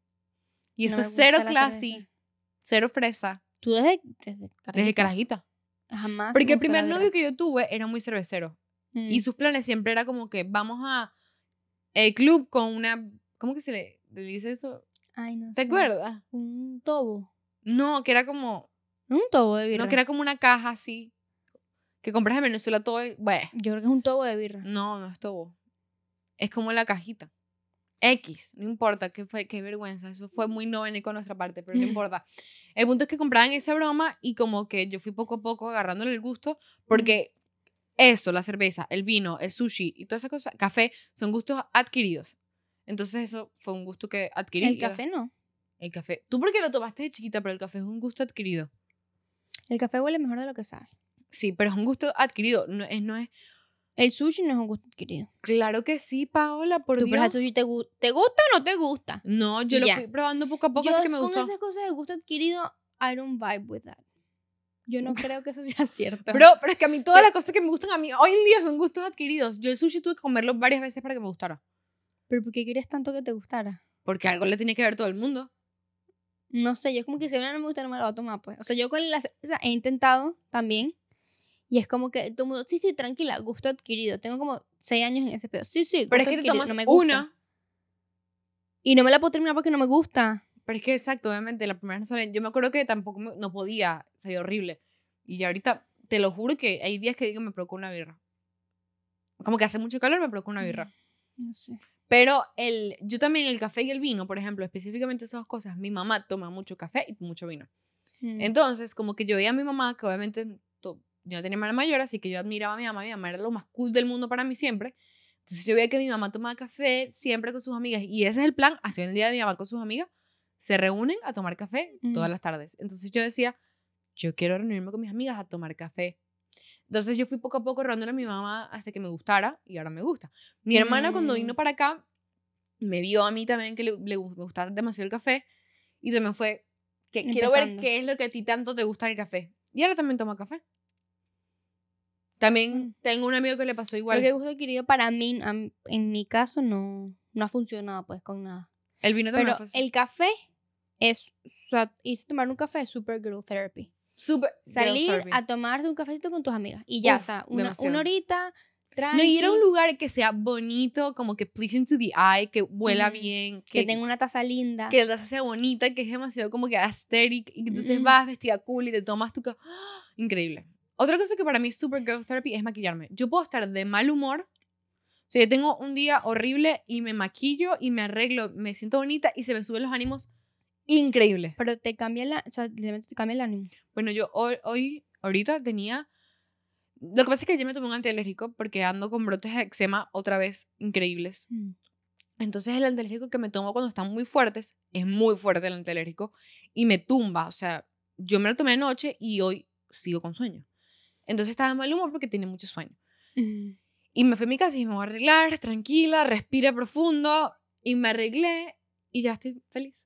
S2: Y
S1: No
S2: eso
S1: me
S2: es
S1: gusta
S2: cero
S1: la
S2: classy,
S1: cerveza.
S2: cero fresa.
S1: Tú desde, desde,
S2: Desde
S1: carajita,
S2: carajita.
S1: Jamás. me
S2: Porque
S1: gustó
S2: el
S1: la
S2: primer
S1: birra.
S2: novio que yo tuve era muy cervecero.
S1: Mm.
S2: Y sus planes siempre era como que vamos a el club con una... ¿Cómo que se le, le dice eso?
S1: mm, Ay, no
S2: ¿Te
S1: sé.
S2: acuerdas?
S1: Un tobo.
S2: No, que era como...
S1: No, un tobo de birra.
S2: No, que era como una caja así. Que compras en Venezuela todo el... Bueno,
S1: Yo creo que es un tobo de birra.
S2: No, no es tobo. Es como la cajita. X, no importa, qué, fue, qué vergüenza. Eso fue muy novénico de nuestra parte, pero no importa. El punto es que compraban esa broma y como que yo fui poco a poco agarrándole el gusto porque Eso, la cerveza, el vino, el sushi y todas esas cosas, café, son gustos adquiridos. Entonces eso fue un gusto que adquirí.
S1: El
S2: y ahora-
S1: café no.
S2: El café. Tú porque lo tomaste de chiquita, pero el café es un gusto adquirido.
S1: El café huele mejor de lo que sabe.
S2: Sí, pero es un gusto adquirido. No es, no es.
S1: El sushi no es un gusto adquirido.
S2: Claro que sí, Paola, por
S1: Tú pruebas el
S2: Dios.
S1: sushi, te, gu- ¿te gusta o no te gusta?
S2: No, yo
S1: y
S2: lo
S1: ya.
S2: fui probando poco a poco
S1: yo
S2: hasta que me
S1: con
S2: gustó.
S1: esas cosas de gusto adquirido, I don't vibe with that. Yo no creo que eso sea cierto.
S2: Pero, pero es que a mí todas
S1: Sí.
S2: las cosas que me gustan a mí hoy en día son gustos adquiridos. Yo el sushi tuve que comerlo varias veces para que me gustara.
S1: ¿Pero por qué querías tanto que te gustara?
S2: Porque algo le tenía que ver todo el mundo.
S1: No sé, yo es como que si una no me gusta, no me la voy a tomar, pues. O sea, yo con la cerveza he intentado también. Y es como que todo el mundo, sí, sí, tranquila, gusto adquirido. Tengo como seis años en ese pedo. Sí, sí,
S2: Pero es
S1: gusto
S2: que te
S1: adquirido,
S2: tomas
S1: no me gusta.
S2: una.
S1: Y no me la puedo terminar porque no me gusta.
S2: Pero es que exacto, obviamente, la primera no sale. Yo me acuerdo que tampoco me- no podía, sabía horrible. Y ya ahorita, te lo juro que hay días que digo me provoca una birra. Como que hace mucho calor, me provoca una birra.
S1: Mm, No sé.
S2: Pero el, yo también el café y el vino, por ejemplo, específicamente esas dos cosas. Mi mamá toma mucho café y mucho vino.
S1: Mm.
S2: Entonces, como que yo veía a mi mamá, que obviamente to- yo no tenía hermana mayor, así que yo admiraba a mi mamá. Mi mamá era lo más cool del mundo para mí siempre. Entonces, yo veía que mi mamá tomaba café siempre con sus amigas. Y ese es el plan. Hasta hoy en el día de mi mamá con sus amigas se reúnen a tomar café todas
S1: Ujú.
S2: las tardes. Entonces, yo decía, yo quiero reunirme con mis amigas a tomar café. Entonces, yo fui poco a poco rodeándole a mi mamá hasta que me gustara. Y ahora me gusta. Mi hermana, cuando
S1: Mm.
S2: vino para acá, me vio a mí también que le, le gu- me gustaba demasiado el café. Y también fue, que quiero ver
S1: Empezando.
S2: qué es lo que a ti tanto te gusta del café. Y ahora también toma café. También
S1: Bueno.
S2: tengo un amigo que le pasó igual.
S1: Mm. Porque gusto adquirido para mí, a mí- en mi caso, no, no ha funcionado, pues, con nada.
S2: el vino también
S1: Pero
S2: fue así.
S1: el café es. su- Irse a tomar un café es super girl therapy.
S2: Súper- girl
S1: Salir
S2: therapy.
S1: a tomarte un cafecito con tus amigas. Y ya,
S2: Uf,
S1: o sea, una,
S2: demasiado.
S1: una horita.
S2: No, y ir a un
S1: tranqui,
S2: lugar que sea bonito, como que pleasing to the eye, que huela
S1: Mm,
S2: bien, que,
S1: que tenga una taza linda.
S2: que la taza sea bonita, que es demasiado como que aesthetic. Y entonces
S1: Mm.
S2: vas vestida cool y te tomas tu café. Increíble. Otra cosa que para mí es super girl therapy es maquillarme. Yo puedo estar de mal humor. O sea, yo tengo un día horrible y me maquillo y me arreglo, me siento bonita y se me suben los ánimos. Increíble.
S1: pero te cambia, la, o sea, literalmente te cambia el ánimo.
S2: Bueno, yo hoy, hoy ahorita tenía... Lo que pasa es que yo me tomé un antialérgico porque ando con brotes de eczema otra vez increíbles. Entonces el antialérgico que me tomo cuando están muy fuertes, es muy fuerte el antialérgico y me tumba, o sea, yo me lo tomé anoche y hoy sigo con sueño. Entonces estaba de mal humor porque tenía mucho sueño. Mm. Y me fui a mi casa y dije, me voy a arreglar, tranquila, respira profundo y me arreglé y ya estoy feliz.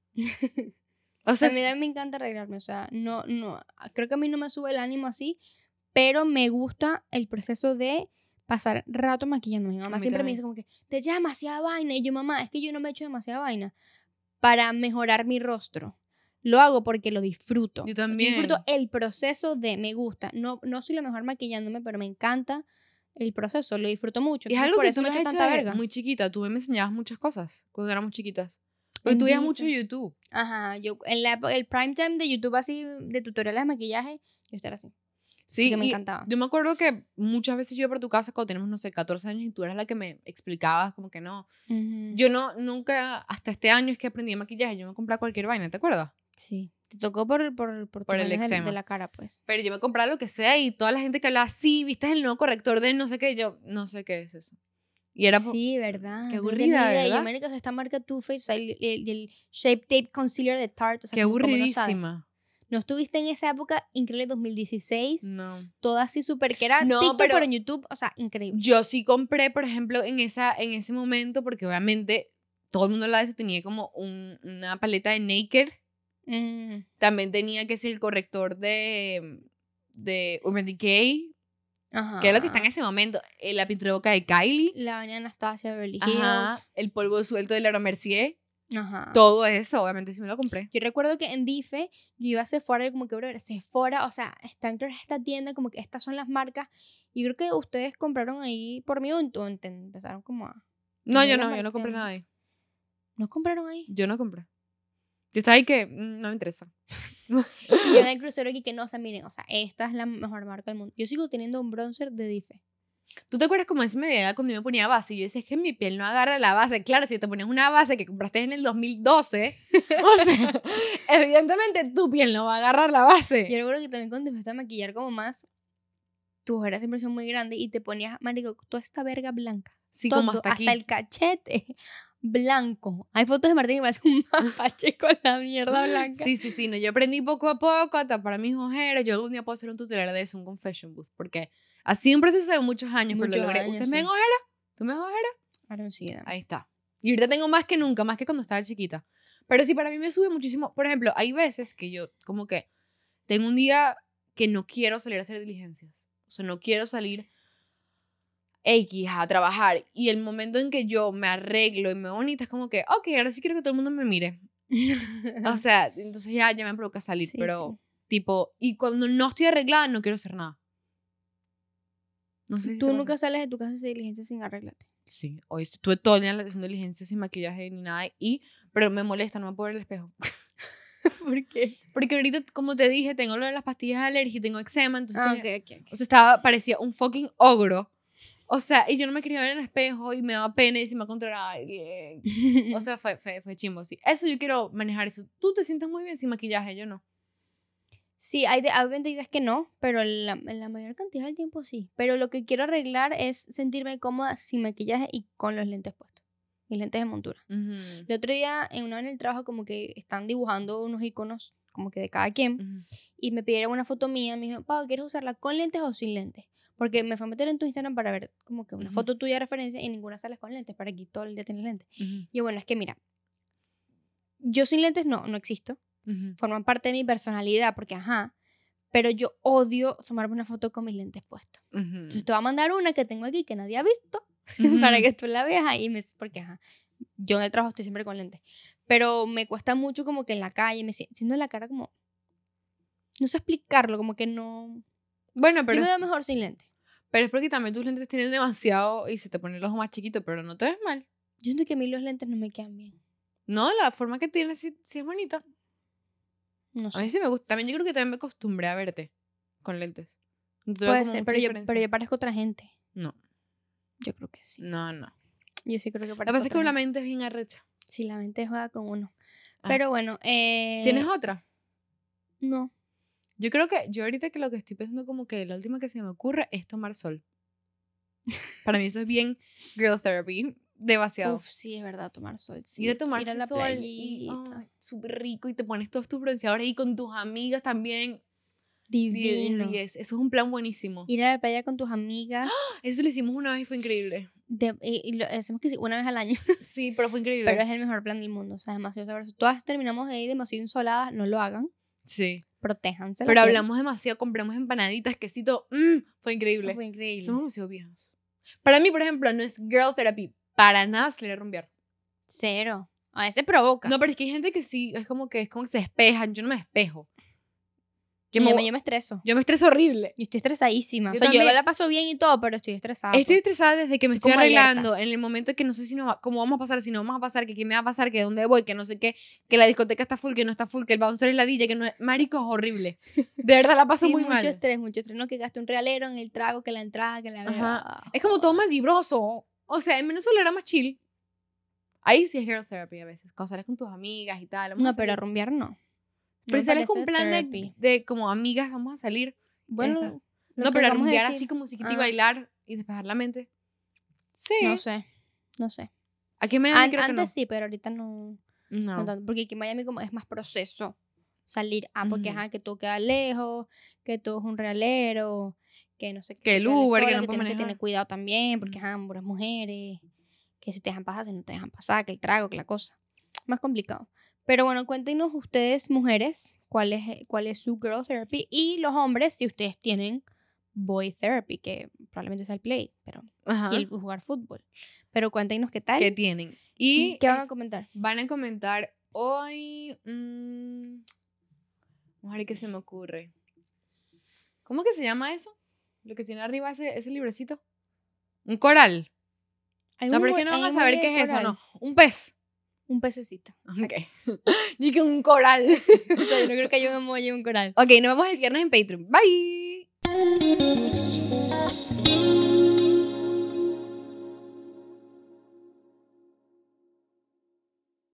S2: o sea,
S1: a mí también me encanta arreglarme, o sea, no, no, ah, creo que a mí no me sube el ánimo así, pero me gusta el proceso de pasar rato maquillándome. Mi
S2: A
S1: mamá
S2: mí
S1: siempre me
S2: también.
S1: dice como que, te echas demasiada vaina, y yo, mamá, es que yo no me echo demasiada vaina para mejorar mi rostro. Lo hago porque lo disfruto.
S2: Yo también.
S1: disfruto el proceso de me gusta. No, no soy la mejor maquillándome, pero me encanta el proceso. Lo disfruto mucho.
S2: Y es
S1: entonces,
S2: algo
S1: por
S2: que
S1: eso
S2: tú
S1: me
S2: me has
S1: echo
S2: hecho
S1: tanta
S2: desde
S1: verga.
S2: muy chiquita, tú me enseñabas muchas cosas cuando éramos chiquitas. Porque
S1: En
S2: tú veías
S1: vivo.
S2: mucho YouTube.
S1: Ajá, yo en la, epo- el prime time de YouTube así, de tutoriales de maquillaje, yo estar así.
S2: Sí,
S1: que me
S2: y
S1: encantaba.
S2: Yo me acuerdo que muchas veces yo iba por tu casa cuando teníamos, no sé, 14 años y tú eras la que me explicabas como que no.
S1: Ujú.
S2: Yo no, nunca, hasta este año es que aprendí maquillaje, yo me compraba cualquier vaina, ¿te acuerdas?
S1: Sí. Te tocó por, por, por,
S2: Por
S1: tus
S2: el
S1: vainas de,
S2: eczema.
S1: de la cara, pues.
S2: Pero yo me compraba lo que sea y toda la gente que hablaba, sí, viste es el nuevo corrector de no sé qué, yo no sé qué es eso. Y era por-
S1: Sí, verdad.
S2: Qué
S1: yo no tenía
S2: aburrida,
S1: idea. Y
S2: ¿verdad?
S1: América o sea, esta marca Too Faced, o sea, el, el- el Shape Tape Concealer de Tarte. O sea,
S2: qué
S1: como- como no sabes.
S2: aburridísima.
S1: No estuviste en esa época increíble 2016,
S2: No.
S1: toda así súper que era
S2: Mm. No,
S1: TikTok
S2: pero-
S1: pero... en YouTube, o sea, increíble.
S2: Yo sí compré, por ejemplo, en, esa, en ese momento, porque obviamente todo el mundo la eso tenía como un- una paleta de Naked.
S1: Mm,
S2: También tenía que ser el corrector de, de Urban Decay,
S1: Ajá.
S2: que era lo que está en ese momento. eh, la pintura de boca de Kylie.
S1: La baña Anastasia Beverly
S2: Ajá,
S1: Hills.
S2: el polvo suelto de Laura Mercier.
S1: Ajá.
S2: Todo eso, obviamente, sí me lo compré.
S1: Yo recuerdo que en Dife yo iba a Sephora y como que, bro, Sephora, o sea, están claras esta tienda, como que estas son las marcas. Y yo creo que ustedes compraron ahí por mí o en- o en- empezaron como a...
S2: No, yo
S1: Mira,
S2: no, yo no compré
S1: Martena.
S2: nada ahí.
S1: ¿No compraron ahí?
S2: Yo no compré. Yo estaba ahí que mm, no me interesa.
S1: Y yo en el crucero aquí que no, o sea, miren, o sea, esta es la mejor marca del mundo. Yo sigo teniendo un bronzer de Dife.
S2: ¿Tú te acuerdas cómo es mi idea cuando yo me ponía base? Y yo decía, es que mi piel no agarra la base. Claro, si te ponías una base que compraste en el 2012, o sea, evidentemente tu piel no va a agarrar la base.
S1: Yo recuerdo que también cuando empecé a maquillar como más, tus ojeras siempre son muy grandes y te ponías, marico, toda esta verga blanca.
S2: Sí,
S1: todo,
S2: como hasta aquí.
S1: el cachete blanco. Hay fotos de Martín que parece un mapache con la mierda blanca.
S2: Sí, sí, sí. No, yo aprendí poco a poco a tapar mis ojeras. Yo algún día puedo hacer un tutorial de eso, un confession booth. Porque así un proceso de muchos años, pero
S1: Muchos
S2: lo logré.
S1: años,
S2: ¿Ustedes me ven
S1: sí.
S2: ojeras? ¿Tú me ves ojeras?
S1: Aroncida.
S2: Ahí está. Y ahorita tengo más que nunca, más que cuando estaba chiquita. Pero sí, para mí me sube muchísimo. Por ejemplo, hay veces que yo como que tengo un día que no quiero salir a hacer diligencias. O sea, no quiero salir X a trabajar. Y el momento en que yo me arreglo y me veo bonita es como que, ok, ahora sí quiero que todo el mundo me mire. O sea, entonces ya, ya me provoca salir,
S1: Ah, Sí,
S2: pero tipo, y cuando no estoy arreglada no quiero hacer nada. No sé si te
S1: Tú
S2: pasa.
S1: nunca sales de tu casa de diligencia sin arreglarte.
S2: Sí, hoy estuve todo el día haciendo diligencias sin maquillaje ni nada, y, pero me molesta, no me puedo ver el espejo.
S1: ¿Por qué?
S2: Porque ahorita, como te dije, tengo lo de las pastillas de alergia, tengo eczema, entonces...
S1: Ah,
S2: tenía-
S1: ok, ok. ok.
S2: O sea, estaba, parecía un fucking ogro. O sea, y yo no me quería ver en el espejo y me daba pena y se me controlaba. ay, eh. O sea, fue, fue, fue chimbo, sí. Eso yo quiero manejar eso. Tú te sientes muy bien sin maquillaje, yo no.
S1: Sí, hay de, obviamente hay días que no, pero la, la mayor cantidad del tiempo sí. Pero lo que quiero arreglar es sentirme cómoda sin maquillaje y con los lentes puestos. Mis lentes de montura.
S2: Ujú.
S1: El otro día, en una en el trabajo, como que están dibujando unos iconos, como que de cada quien,
S2: Ujú.
S1: y me pidieron una foto mía. Me dijeron, Pau, ¿quieres usarla con lentes o sin lentes? Porque me fue a meter en tu Instagram para ver como que una
S2: Ujú.
S1: foto tuya de referencia y ninguna sales con lentes, para que todo el día tienes lentes.
S2: Ujú.
S1: Y yo, bueno, es que mira, yo sin lentes no, no existo
S2: Ujú.
S1: forman parte de mi personalidad, porque ajá, pero yo odio tomarme una foto con mis lentes puestos. Entonces te voy a mandar una que tengo aquí que nadie ha visto
S2: Mm. Ujú.
S1: para que tú la veas ahí, me, porque ajá, yo en el trabajo estoy siempre con lentes, pero me cuesta mucho como que en la calle, me si- siento en la cara como, no sé explicarlo, como que no,
S2: Bueno, pero,
S1: yo me veo mejor sin lentes.
S2: pero es porque también tus lentes tienen demasiado y se te pone el ojo más chiquito, pero no te ves mal.
S1: Yo siento que a mí los lentes no me quedan bien,
S2: No, la forma que tienes sí, sí es bonita.
S1: no
S2: A mí
S1: sé.
S2: sí me gusta. También yo creo que también me acostumbré a verte con lentes. No te veo
S1: Puede
S2: como
S1: ser,
S2: mucha
S1: pero yo,
S2: diferencia.
S1: pero yo parezco otra gente.
S2: No.
S1: Yo creo que sí.
S2: No, no.
S1: Yo sí creo que
S2: Lo
S1: parezco
S2: que pasa es que
S1: otra
S2: la
S1: gente.
S2: mente es bien arrecha.
S1: Sí, la mente juega con uno.
S2: Ah.
S1: Pero bueno, eh,
S2: ¿Tienes otra?
S1: No.
S2: Yo creo que yo ahorita que lo que estoy pensando como que la última que se me ocurre es tomar sol. Para mí eso es bien girl therapy. Demasiado.
S1: Uf, sí, es verdad, tomar sol. Sí,
S2: Ir a tomar
S1: la
S2: sol y ah,
S1: playita.
S2: ay, súper rico y te pones todos tus bronceadores ahí con tus amigas también.
S1: Divino.
S2: 10 Eso es un plan buenísimo.
S1: Ir a la playa con tus amigas.
S2: Eso lo hicimos una vez y fue increíble.
S1: de- y, y lo hacemos que sí, una vez al año.
S2: Sí, pero fue increíble.
S1: Pero es el mejor plan del mundo. O sea, demasiado sabroso. Todas terminamos de ahí demasiado insoladas. No lo hagan.
S2: sí.
S1: Protéjanse. la
S2: Pero
S1: piel.
S2: hablamos demasiado, compramos empanaditas, quesito. mm, fue increíble.
S1: Fue increíble.
S2: Somos demasiado viejas. Para mí, por ejemplo, no es girl therapy. Para nada salir a rumbear.
S1: Cero. A veces provoca.
S2: No, pero es que hay gente que sí, es como que es como que se despejan. Yo no me despejo. Yo
S1: yo,
S2: me,
S1: me,
S2: voy-
S1: yo me estreso.
S2: yo me estreso horrible.
S1: Yo estoy estresadísima.
S2: Yo
S1: o sea, yo
S2: también.
S1: la paso bien y todo, pero estoy estresada. pues.
S2: Estoy estresada desde que me
S1: Estoy
S2: estoy
S1: como alerta.
S2: arreglando, en el momento que no sé si no va, cómo vamos a pasar, si no vamos a pasar, que qué me va a pasar, que dónde voy, que no sé qué, que la discoteca está full, que no está full, que el bouncer es ladilla, que no es... Marico, es horrible. De verdad, la paso
S1: Sí,
S2: muy
S1: mucho
S2: mal.
S1: estrés, mucho estrés. No, que gaste un realero en el trago, que la entrada, que la
S2: Ajá.
S1: bebida.
S2: Es como todo mal vibroso. O sea, en Venezuela era más chill. Ahí sí es girl therapy a veces. Cuando sales con tus amigas y tal. vamos a
S1: No, pero a
S2: salir.
S1: rumbear no. No
S2: Pero
S1: me
S2: sales con
S1: parece
S2: plan de,
S1: therapy.
S2: de como amigas, vamos a salir. verdad.
S1: Bueno, lo que
S2: no, pero a
S1: acabamos de
S2: rumbear
S1: decir.
S2: así como musiquita y
S1: Ah.
S2: bailar y despejar la mente. Sí.
S1: No sé, no sé.
S2: ¿A qué me
S1: An-
S2: creo que
S1: antes
S2: no?
S1: sí, pero ahorita no, no
S2: No.
S1: tanto, Porque aquí en Miami como es más proceso salir. Ah, porque
S2: Ujú.
S1: ajá, que tú quedas lejos, que tú es un realero, que no sé qué.
S2: Que
S1: si
S2: el
S1: sales
S2: Uber, que
S1: sola,
S2: no puedes
S1: tienes que tener
S2: manejar.
S1: cuidado también, porque
S2: Ujú.
S1: ajá, puras mujeres, que si te dejan pasar, si no te dejan pasar, que el trago, que la cosa. Más complicado. Pero bueno, cuéntenos ustedes, mujeres, cuál es, eh, cuál es su girl therapy. Y los hombres, si ustedes tienen boy therapy, que probablemente sea el play, pero
S2: Ajá.
S1: y el jugar fútbol. Pero cuéntenos qué tal.
S2: ¿Qué tienen? Y
S1: ¿Qué van a comentar?
S2: van a comentar hoy. mm, vamos a ver qué se me ocurre. ¿Cómo que se llama eso? Lo que tiene arriba ese, ese librecito. Un coral.
S1: Hay
S2: No,
S1: un
S2: pero es
S1: mue-
S2: que no
S1: hay
S2: van
S1: un
S2: a saber
S1: muelle
S2: qué
S1: de
S2: es eso,
S1: coral.
S2: no. Un pez.
S1: Un pececito.
S2: Ok. Yo que un coral.
S1: o sea, yo no creo que haya un emoji y un coral.
S2: ok, nos vemos el viernes en Patreon. Bye.